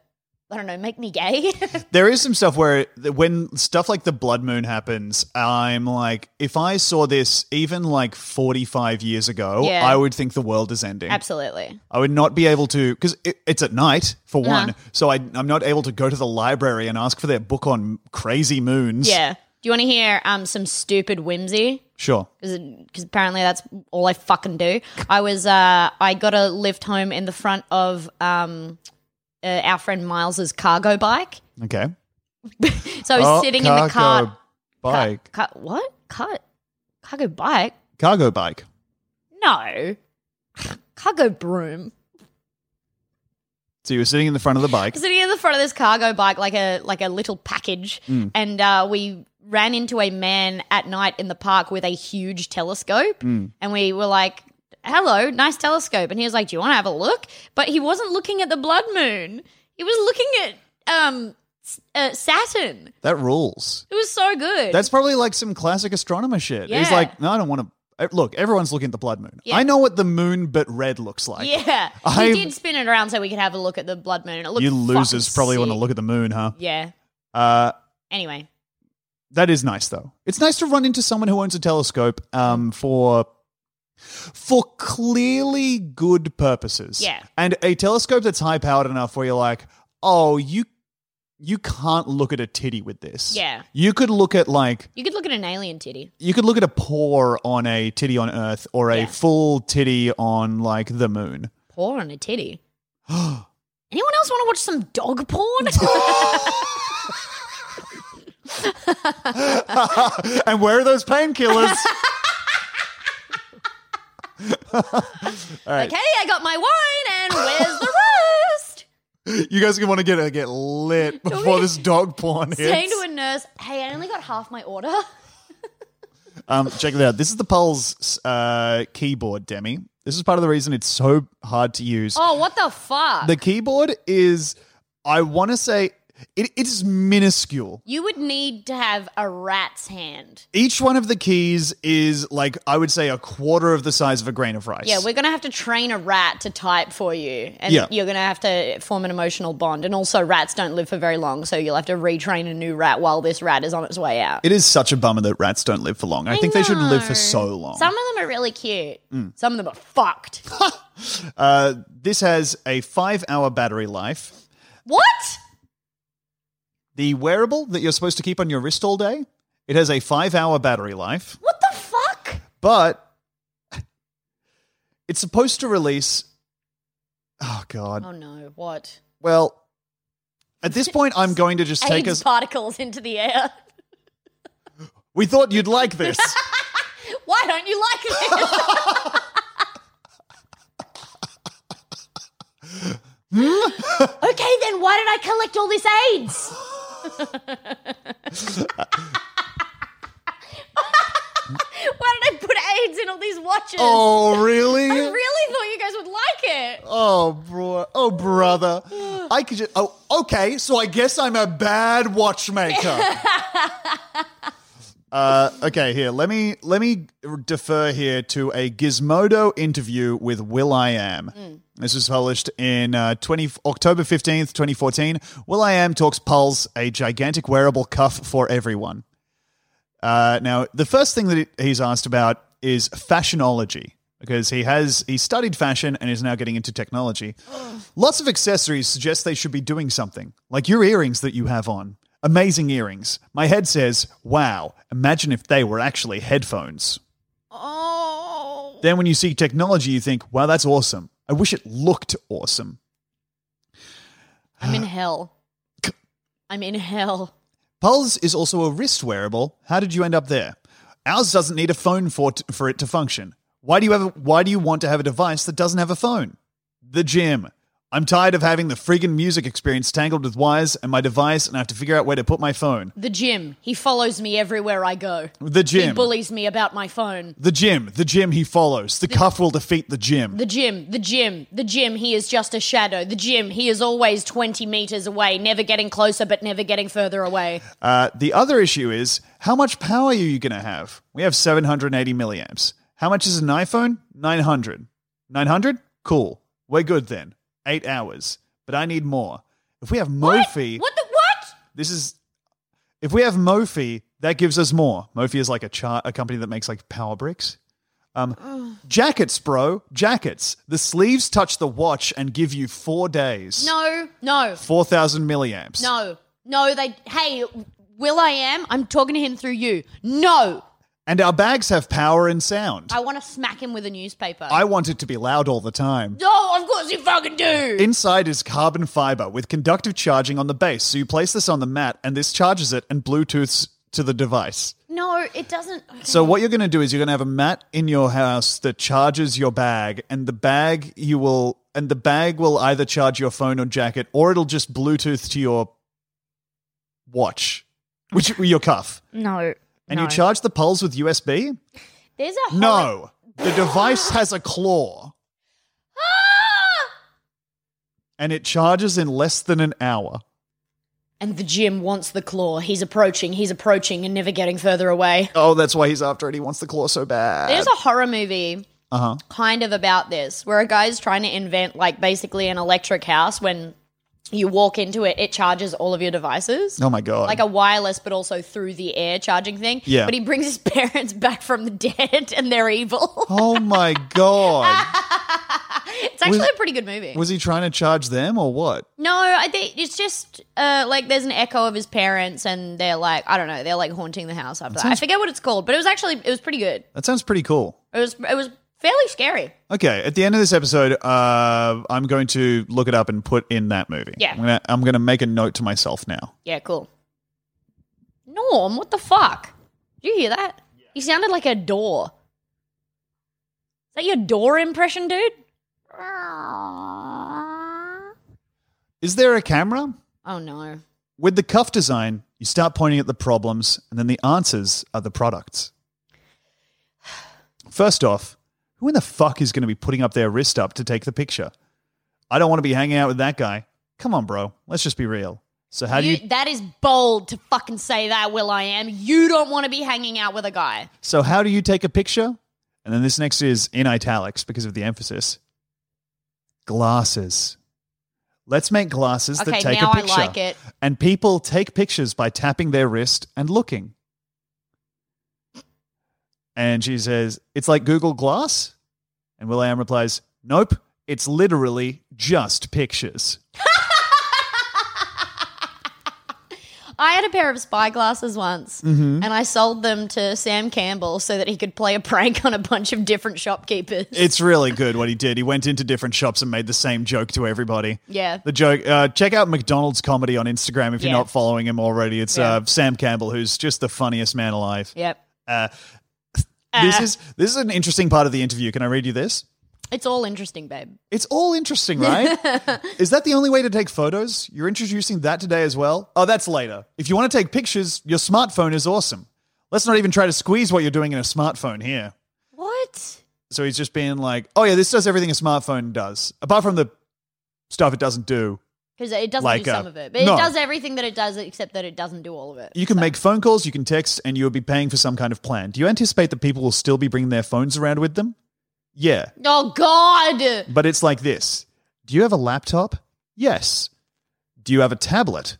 Speaker 2: I don't know, make me gay."
Speaker 1: There is some stuff where when stuff like the blood moon happens, I'm like, if I saw this even like 45 years ago,
Speaker 2: Yeah.
Speaker 1: I would think the world is ending.
Speaker 2: Absolutely.
Speaker 1: I would not be able to because it, it's at night
Speaker 2: Uh-huh.
Speaker 1: for one, so I, I'm not able to go to the library and ask for their book on crazy moons.
Speaker 2: Yeah. Do you want to hear um, some stupid whimsy?
Speaker 1: sure.
Speaker 2: Because apparently that's all I fucking do. I was uh, I got a lift home in the front of um, uh, our friend Miles's cargo bike.
Speaker 1: Okay.
Speaker 2: So I was
Speaker 1: Oh,
Speaker 2: sitting in the
Speaker 1: cargo
Speaker 2: car.
Speaker 1: bike,
Speaker 2: Car, what? Car, cargo bike?
Speaker 1: cargo bike.
Speaker 2: No. Cargo broom.
Speaker 1: So you were sitting in the front of the bike.
Speaker 2: sitting in the front of this cargo bike like a like a little package
Speaker 1: Mm.
Speaker 2: and uh, we ran into a man at night in the park with a huge telescope
Speaker 1: Mm.
Speaker 2: and we were like hello nice telescope and he was like do you want to have a look but he wasn't looking at the blood moon he was looking at um s- uh, saturn
Speaker 1: That rules.
Speaker 2: it was so good
Speaker 1: That's probably like some classic astronomer shit. He's
Speaker 2: Yeah.
Speaker 1: like, no, I don't want to. Look, everyone's looking at the blood moon.
Speaker 2: Yeah.
Speaker 1: I know what the moon, but red looks like.
Speaker 2: yeah
Speaker 1: I-
Speaker 2: he did spin it around so we could have a look at the blood moon and it looked
Speaker 1: you losers
Speaker 2: fucking
Speaker 1: probably want to
Speaker 2: sick.
Speaker 1: look at the moon, huh?
Speaker 2: yeah
Speaker 1: Uh,
Speaker 2: anyway
Speaker 1: that is nice, though. It's nice to run into someone who owns a telescope um, for for clearly good purposes.
Speaker 2: Yeah.
Speaker 1: and a telescope that's high powered enough where you're like, oh, you you can't look at a titty with this.
Speaker 2: Yeah.
Speaker 1: you could look at like
Speaker 2: you could look at an alien titty
Speaker 1: you could look at a pore on a titty on Earth or a
Speaker 2: Yeah.
Speaker 1: full titty on like the moon.
Speaker 2: porn on a titty Anyone else want to watch some dog porn?
Speaker 1: and where are those painkillers?
Speaker 2: okay, I got my wine, and where's the roast?
Speaker 1: you guys can want to get uh, get lit before this dog porn hits.
Speaker 2: Saying to a nurse, "Hey, I only got half my order."
Speaker 1: Um, check it out. This is the Pulse uh, keyboard, Demi. This is part of the reason it's so hard to use.
Speaker 4: Oh, what the fuck?
Speaker 1: The keyboard is, I want to say, it, it's minuscule.
Speaker 2: You would need to have a rat's hand.
Speaker 1: Each one of the keys is like, I would say, a quarter of the size of a grain of rice.
Speaker 2: Yeah, we're going to have to train a rat to type for you. And
Speaker 1: Yeah.
Speaker 2: you're going to have to form an emotional bond. And also, rats don't live for very long. So you'll have to retrain a new rat while this rat is on its way out.
Speaker 1: It is such a bummer that rats don't live for long. I, think they should live for so long. Mm.
Speaker 2: Some of them are really cute. Some of them are fucked.
Speaker 1: uh, this has a five hour battery life.
Speaker 2: what?
Speaker 1: The wearable that you're supposed to keep on your wrist all day, it has a five hour battery life,
Speaker 2: What the fuck?
Speaker 1: but it's supposed to release. Oh, God.
Speaker 2: Oh no, what?
Speaker 1: Well, at this point, I'm going to just take
Speaker 2: AIDS
Speaker 1: us.
Speaker 2: particles into the air.
Speaker 1: We thought you'd like this.
Speaker 2: Why don't you like this? okay, then why did I collect all this AIDS? why did I put AIDS in all these watches?
Speaker 1: oh,
Speaker 2: I
Speaker 1: really?
Speaker 2: really thought you guys would like it.
Speaker 1: Oh, bro. Oh, brother. I could just. Oh, okay. So I guess I'm a bad watchmaker. uh, okay, here. Let me let me defer here to a Gizmodo interview with Will I Am. This was published in uh, 20, October 15th, 2014. Will I Am talks Pulse, a gigantic wearable cuff for everyone. Uh, now, the first thing that he- he's asked about is fashionology because he has he studied fashion and is now getting into technology. Lots of accessories suggest they should be doing something, like your earrings that you have on. Amazing earrings. My head says, "Wow, imagine if they were actually headphones."
Speaker 2: Oh.
Speaker 1: Then when you see technology, you think, "Wow, that's awesome. I wish it looked awesome."
Speaker 2: I'm in hell. I'm in hell.
Speaker 1: Pulse is also a wrist wearable. How did you end up there? Ours doesn't need a phone for for it to function. Why do you have a, why do you want to have a device that doesn't have a phone? The gym. I'm tired of having the friggin' music experience tangled with wires and my device and I have to figure out where to put my phone.
Speaker 2: The gym. He follows me everywhere I go.
Speaker 1: The
Speaker 2: He
Speaker 1: gym.
Speaker 2: bullies me about my phone.
Speaker 1: The gym. The gym he follows. The cuff will defeat the gym.
Speaker 2: The gym, the gym, the gym, he is just a shadow. The gym, he is always 20 meters away, never getting closer, but never getting further away.
Speaker 1: Uh, the other issue is how much power are you going to have? We have 780 milliamps. How much is an iPhone? 900. 900? Cool. We're good then. Eight hours. But I need more. If we have Mophie,
Speaker 2: What the what?
Speaker 1: this is. If we have Mophie, that gives us more. Mophie is like a chart, a company that makes like power bricks. Um, jackets, bro, jackets. The sleeves touch the watch and give you four days.
Speaker 2: No, no,
Speaker 1: Four thousand milliamps.
Speaker 2: no, no, they, hey, Will I am? I'm talking to him through you. No,
Speaker 1: And our bags have power and sound.
Speaker 2: I want to smack him with a newspaper.
Speaker 1: I want it to be loud all the time.
Speaker 2: no, of course you fucking do.
Speaker 1: Inside is carbon fiber with conductive charging on the base, so you place this on the mat and this charges it and Bluetooths to the device.
Speaker 2: no, it doesn't.
Speaker 1: So, what you're going to do is you're going to have a mat in your house that charges your bag, and the bag you will. And the bag will either charge your phone or jacket, or it'll just Bluetooth to your watch, which your cuff.
Speaker 4: no.
Speaker 1: And
Speaker 4: no.
Speaker 1: you charge the poles with USB?
Speaker 2: There's a holo-
Speaker 1: No, the device has a claw,
Speaker 2: Ah!
Speaker 1: and it charges in less than an hour.
Speaker 2: And the gym wants the claw. He's approaching, he's approaching, and never getting further away.
Speaker 1: Oh, that's why he's after it. He wants the claw so bad.
Speaker 2: There's a horror movie
Speaker 1: Uh huh.
Speaker 2: kind of about this where a guy's trying to invent like basically an electric house when you walk into it it charges all of your devices
Speaker 1: Oh my god.
Speaker 2: like a wireless but also through the air charging thing
Speaker 1: Yeah.
Speaker 2: but he brings his parents back from the dead and they're evil
Speaker 1: oh my god.
Speaker 2: it's actually a pretty good movie
Speaker 1: Was he trying to charge them or what?
Speaker 2: no i think it's just uh, like there's an echo of his parents and they're like i don't know they're like haunting the house after that, i forget what it's called but it was actually it was pretty good
Speaker 1: That sounds pretty cool.
Speaker 2: it was it was fairly scary
Speaker 1: Okay, at the end of this episode, uh, I'm going to look it up and put in that movie.
Speaker 2: Yeah.
Speaker 1: I'm gonna, I'm gonna make a note to myself now.
Speaker 2: Yeah, cool. Norm, what the fuck? Did you hear that? You sounded like a door. Is that your door impression, dude? Oh,
Speaker 1: Is there a camera?
Speaker 2: Oh no.
Speaker 1: With the cuff design, you start pointing at the problems, and then the answers are the products. First off, who in the fuck is going to be putting up their wrist up to take the picture? I don't want to be hanging out with that guy. Come on, bro. Let's just be real. So how do
Speaker 2: You,
Speaker 1: you
Speaker 2: that is bold to fucking say that, Will I am. You don't want to be hanging out with a guy.
Speaker 1: So how do you take a picture? And then this next is in italics because of the emphasis. Glasses. Let's make glasses
Speaker 2: Okay,
Speaker 1: that take
Speaker 2: now
Speaker 1: a
Speaker 2: I
Speaker 1: picture.
Speaker 2: like it.
Speaker 1: And people take pictures by tapping their wrist and looking. And she says, "It's like Google Glass." And William replies, "Nope, it's literally just pictures."
Speaker 2: I had a pair of spy glasses once,
Speaker 1: Mm-hmm.
Speaker 2: and I sold them to Sam Campbell so that he could play a prank on a bunch of different shopkeepers.
Speaker 1: It's really good what he did. He went into different shops and made the same joke to everybody.
Speaker 2: yeah.
Speaker 1: The joke. Uh, check out McDonald's comedy on Instagram if you're
Speaker 2: Yeah.
Speaker 1: not following him already. It's
Speaker 2: Yeah.
Speaker 1: uh, Sam Campbell, who's just the funniest man alive.
Speaker 2: Yep.
Speaker 1: This is this is an interesting part of the interview. Can I read you this?
Speaker 2: It's all interesting, babe.
Speaker 1: It's all interesting, right? is that the only way to take photos? You're introducing that today as well? Oh, that's later. If you want to take pictures, your smartphone is awesome. Let's not even try to squeeze what you're doing in a smartphone here.
Speaker 2: What?
Speaker 1: So he's just being like, "Oh yeah, this does everything a smartphone does, apart from the stuff it doesn't do."
Speaker 2: Because it doesn't
Speaker 1: Like,
Speaker 2: do some
Speaker 1: uh,
Speaker 2: of it, but
Speaker 1: no.
Speaker 2: it does everything that it does, except that it doesn't do all of it.
Speaker 1: You can make phone calls, you can text, and you will be paying for some kind of plan. Do you anticipate that people will still be bringing their phones around with them? Yeah,
Speaker 2: Oh God!
Speaker 1: but it's like this Do you have a laptop? Yes. Do you have a tablet?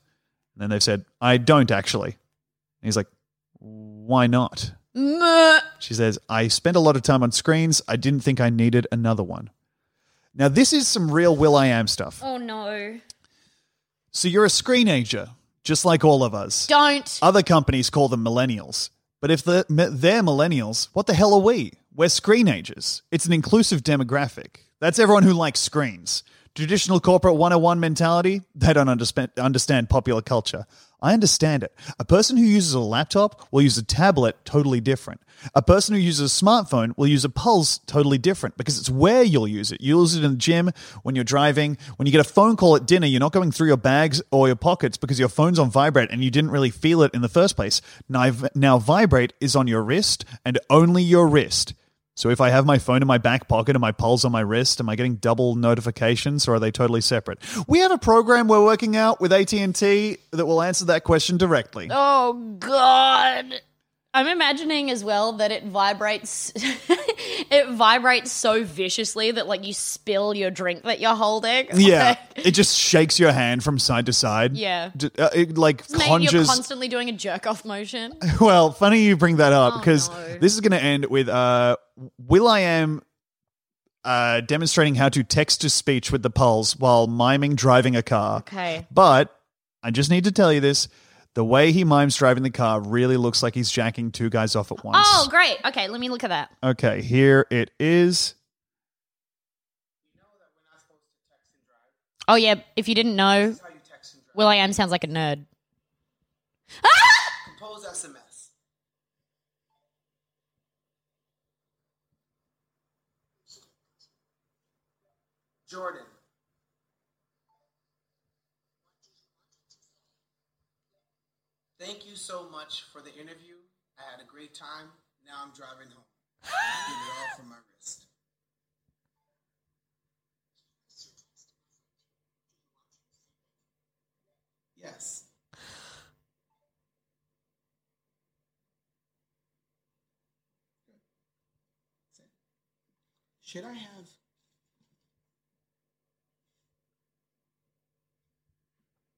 Speaker 1: And then they've said, I don't actually. And he's like, Why not?
Speaker 2: Meh.
Speaker 1: She says, I spent a lot of time on screens. I didn't think I needed another one. Now, this is some real Will I Am stuff.
Speaker 2: Oh no!
Speaker 1: So you're a screenager, just like all of us.
Speaker 2: Don't.
Speaker 1: Other companies call them millennials. But if they're, they're millennials, what the hell are we? We're screenagers. It's an inclusive demographic. That's everyone who likes screens. Traditional corporate 101 mentality, they don't underspe- understand popular culture. I understand it. A person who uses a laptop will use a tablet totally different. A person who uses a smartphone will use a pulse totally different because it's where you'll use it. You'll use it in the gym, when you're driving. When you get a phone call at dinner, you're not going through your bags or your pockets because your phone's on vibrate and you didn't really feel it in the first place. Now, now vibrate is on your wrist and only your wrist. So if I have my phone in my back pocket and my pulse on my wrist, am I getting double notifications or are they totally separate? We have a program we're working out with AT&T that will answer that question directly.
Speaker 2: Oh god. I'm imagining as well that it vibrates it vibrates so viciously that like you spill your drink that you're holding.
Speaker 1: Yeah,
Speaker 2: Like,
Speaker 1: it just shakes your hand from side to side.
Speaker 2: Yeah.
Speaker 1: D- uh, it like
Speaker 2: mate, you're
Speaker 1: conjures.
Speaker 2: constantly doing a jerk off motion.
Speaker 1: well, funny you bring that up
Speaker 2: Oh,
Speaker 1: because
Speaker 2: no.
Speaker 1: this is going to end with uh, Will I am uh, demonstrating how to text to speech with the pulse while miming driving a car.
Speaker 2: Okay.
Speaker 1: But I just need to tell you this: the way he mimes driving the car really looks like he's jacking two guys off at once.
Speaker 2: Oh great. Okay, let me look at that.
Speaker 1: Okay, here it is.
Speaker 2: Oh yeah, if you didn't know Will I am sounds like a nerd.
Speaker 3: Compose SMS. Jordan. Thank you so much for the interview. I had a great time. Now I'm driving home. I give it all for my wrist. Yes. Should I have?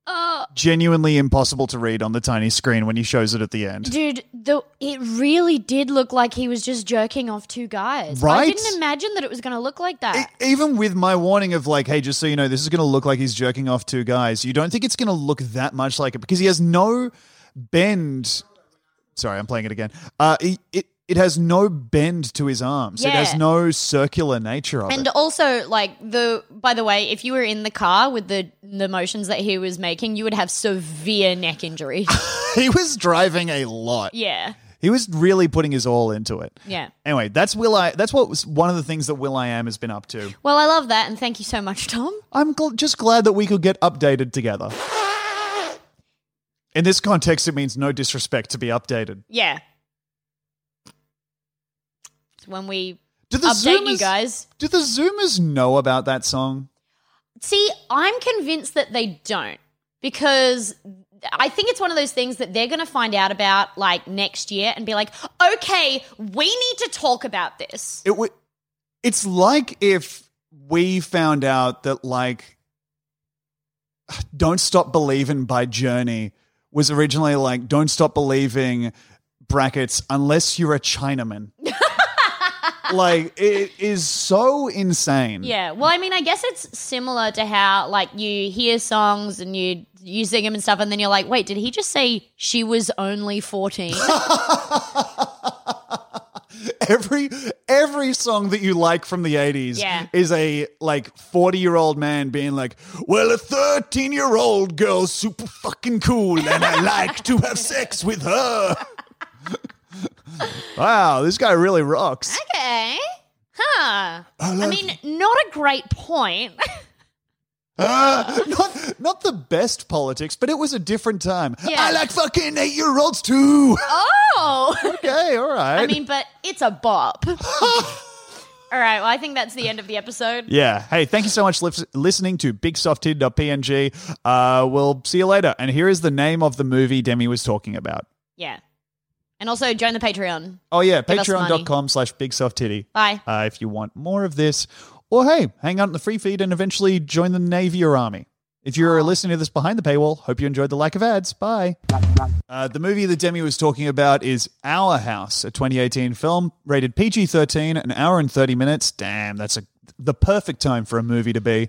Speaker 2: Oh
Speaker 1: Genuinely impossible to read on the tiny screen when he shows it at the end.
Speaker 2: dude, the it really did look like he was just jerking off two guys. I
Speaker 1: Right?
Speaker 2: didn't imagine that it was gonna look like that.
Speaker 1: E- Even with my warning of like, hey, just so you know, this is going to look like he's jerking off two guys. You don't think it's going to look that much like it because he has no bend. Sorry, I'm playing it again. Uh, he- it it has no bend to his arms. It
Speaker 2: Yeah.
Speaker 1: has no circular nature of
Speaker 2: And
Speaker 1: it.
Speaker 2: also, like the by the way, if you were in the car with the the motions that he was making, you would have severe neck injury.
Speaker 1: He was driving a lot.
Speaker 2: yeah,
Speaker 1: He was really putting his all into it.
Speaker 2: yeah.
Speaker 1: Anyway, that's Will I. That's what was one of the things that Will I Am has been up to.
Speaker 2: Well, I love that, and thank you so much, Tom.
Speaker 1: I'm gl- just glad that we could get updated together. In this context, it means no disrespect to be updated.
Speaker 2: Yeah. It's when we
Speaker 1: Do the
Speaker 2: update
Speaker 1: Zoomers
Speaker 2: you guys.
Speaker 1: Do the Zoomers know about that song?
Speaker 2: See, I'm convinced that they don't because I think it's one of those things that they're going to find out about like next year and be like, okay, we need to talk about this.
Speaker 1: It would. It's like if we found out that like "Don't Stop Believing" by Journey was originally like "Don't Stop Believing" brackets unless you're a Chinaman. like it is so insane.
Speaker 2: Yeah. Well, I mean, I guess it's similar to how like you hear songs and you you sing them and stuff, and then you're like, wait, did he just say she was only 14?
Speaker 1: every every song that you like from the 80s
Speaker 2: Yeah.
Speaker 1: is a like 40 year old man being like well a 13 year old girl's super fucking cool and i like to have sex with her wow this guy really rocks
Speaker 2: okay. Huh.
Speaker 1: I
Speaker 2: I
Speaker 1: love-
Speaker 2: mean, not a great point.
Speaker 1: Ah, not, not the best politics but it was a different time
Speaker 2: Yeah.
Speaker 1: i like fucking eight year olds too
Speaker 2: oh.
Speaker 1: okay all right
Speaker 2: I mean, but it's a bop. All right. Well, I think that's the end of the episode.
Speaker 1: Yeah. Hey, thank you so much lif- listening to bigsofted.png. Uh, we'll see you later. And here is the name of the movie Demi was talking about.
Speaker 2: Yeah. And also join the Patreon.
Speaker 1: Oh, yeah,
Speaker 2: us money.
Speaker 1: patreon.com slash bigsofttitty
Speaker 2: Bye.
Speaker 1: uh, if you want more of this. Or, hey, hang out in the free feed and eventually join the Navy or Army. If you're listening to this behind the paywall, hope you enjoyed the lack of ads. Bye. Uh, the movie that Demi was talking about is Our House, a 2018 film rated PG 13, an hour and 30 minutes. Damn, that's a, the perfect time for a movie to be.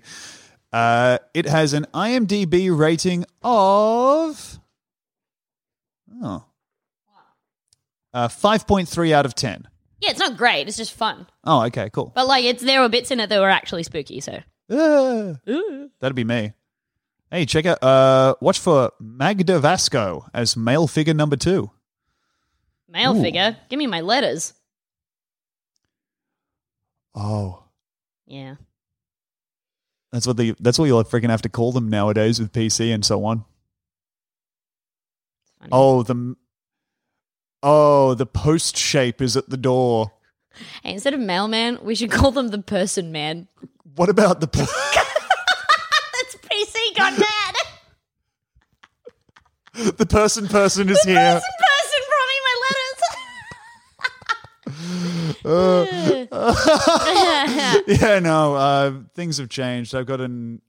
Speaker 1: Uh, it has an IMDb rating of. Oh. Uh, 5.3 out of 10.
Speaker 2: Yeah, it's not great. It's just fun.
Speaker 1: Oh, okay, cool.
Speaker 2: But like, it's there were bits in it that were actually spooky. So
Speaker 1: Ah. That'd be me. Hey, check out uh watch for Magda Vasco as male figure number two.
Speaker 2: male
Speaker 1: Ooh.
Speaker 2: figure, give me my letters.
Speaker 1: Oh.
Speaker 2: Yeah.
Speaker 1: That's what the that's what you'll freaking have to call them nowadays with PC and so on.
Speaker 2: Funny.
Speaker 1: Oh, the Oh, the post shape is at the door.
Speaker 2: Hey, instead of mailman, we should call them the person man.
Speaker 1: What about the po-
Speaker 2: That's PC gone mad.
Speaker 1: the person person is here?
Speaker 2: person brought me my letters.
Speaker 1: Uh. yeah, no, uh, things have changed. I've gotten.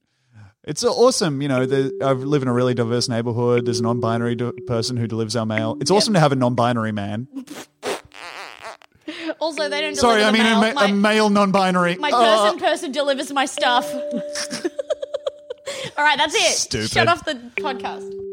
Speaker 1: It's awesome, you know. The, I live in a really diverse neighborhood. There's a non-binary d- person who delivers our mail. It's awesome to have a non-binary man.
Speaker 2: also, they don't.
Speaker 1: Sorry,
Speaker 2: deliver
Speaker 1: I mean
Speaker 2: the mail.
Speaker 1: a, ma- a
Speaker 2: My-
Speaker 1: male non-binary.
Speaker 2: My
Speaker 1: Oh.
Speaker 2: person person delivers my stuff. All right, that's it.
Speaker 1: Stupid.
Speaker 2: Shut off the podcast.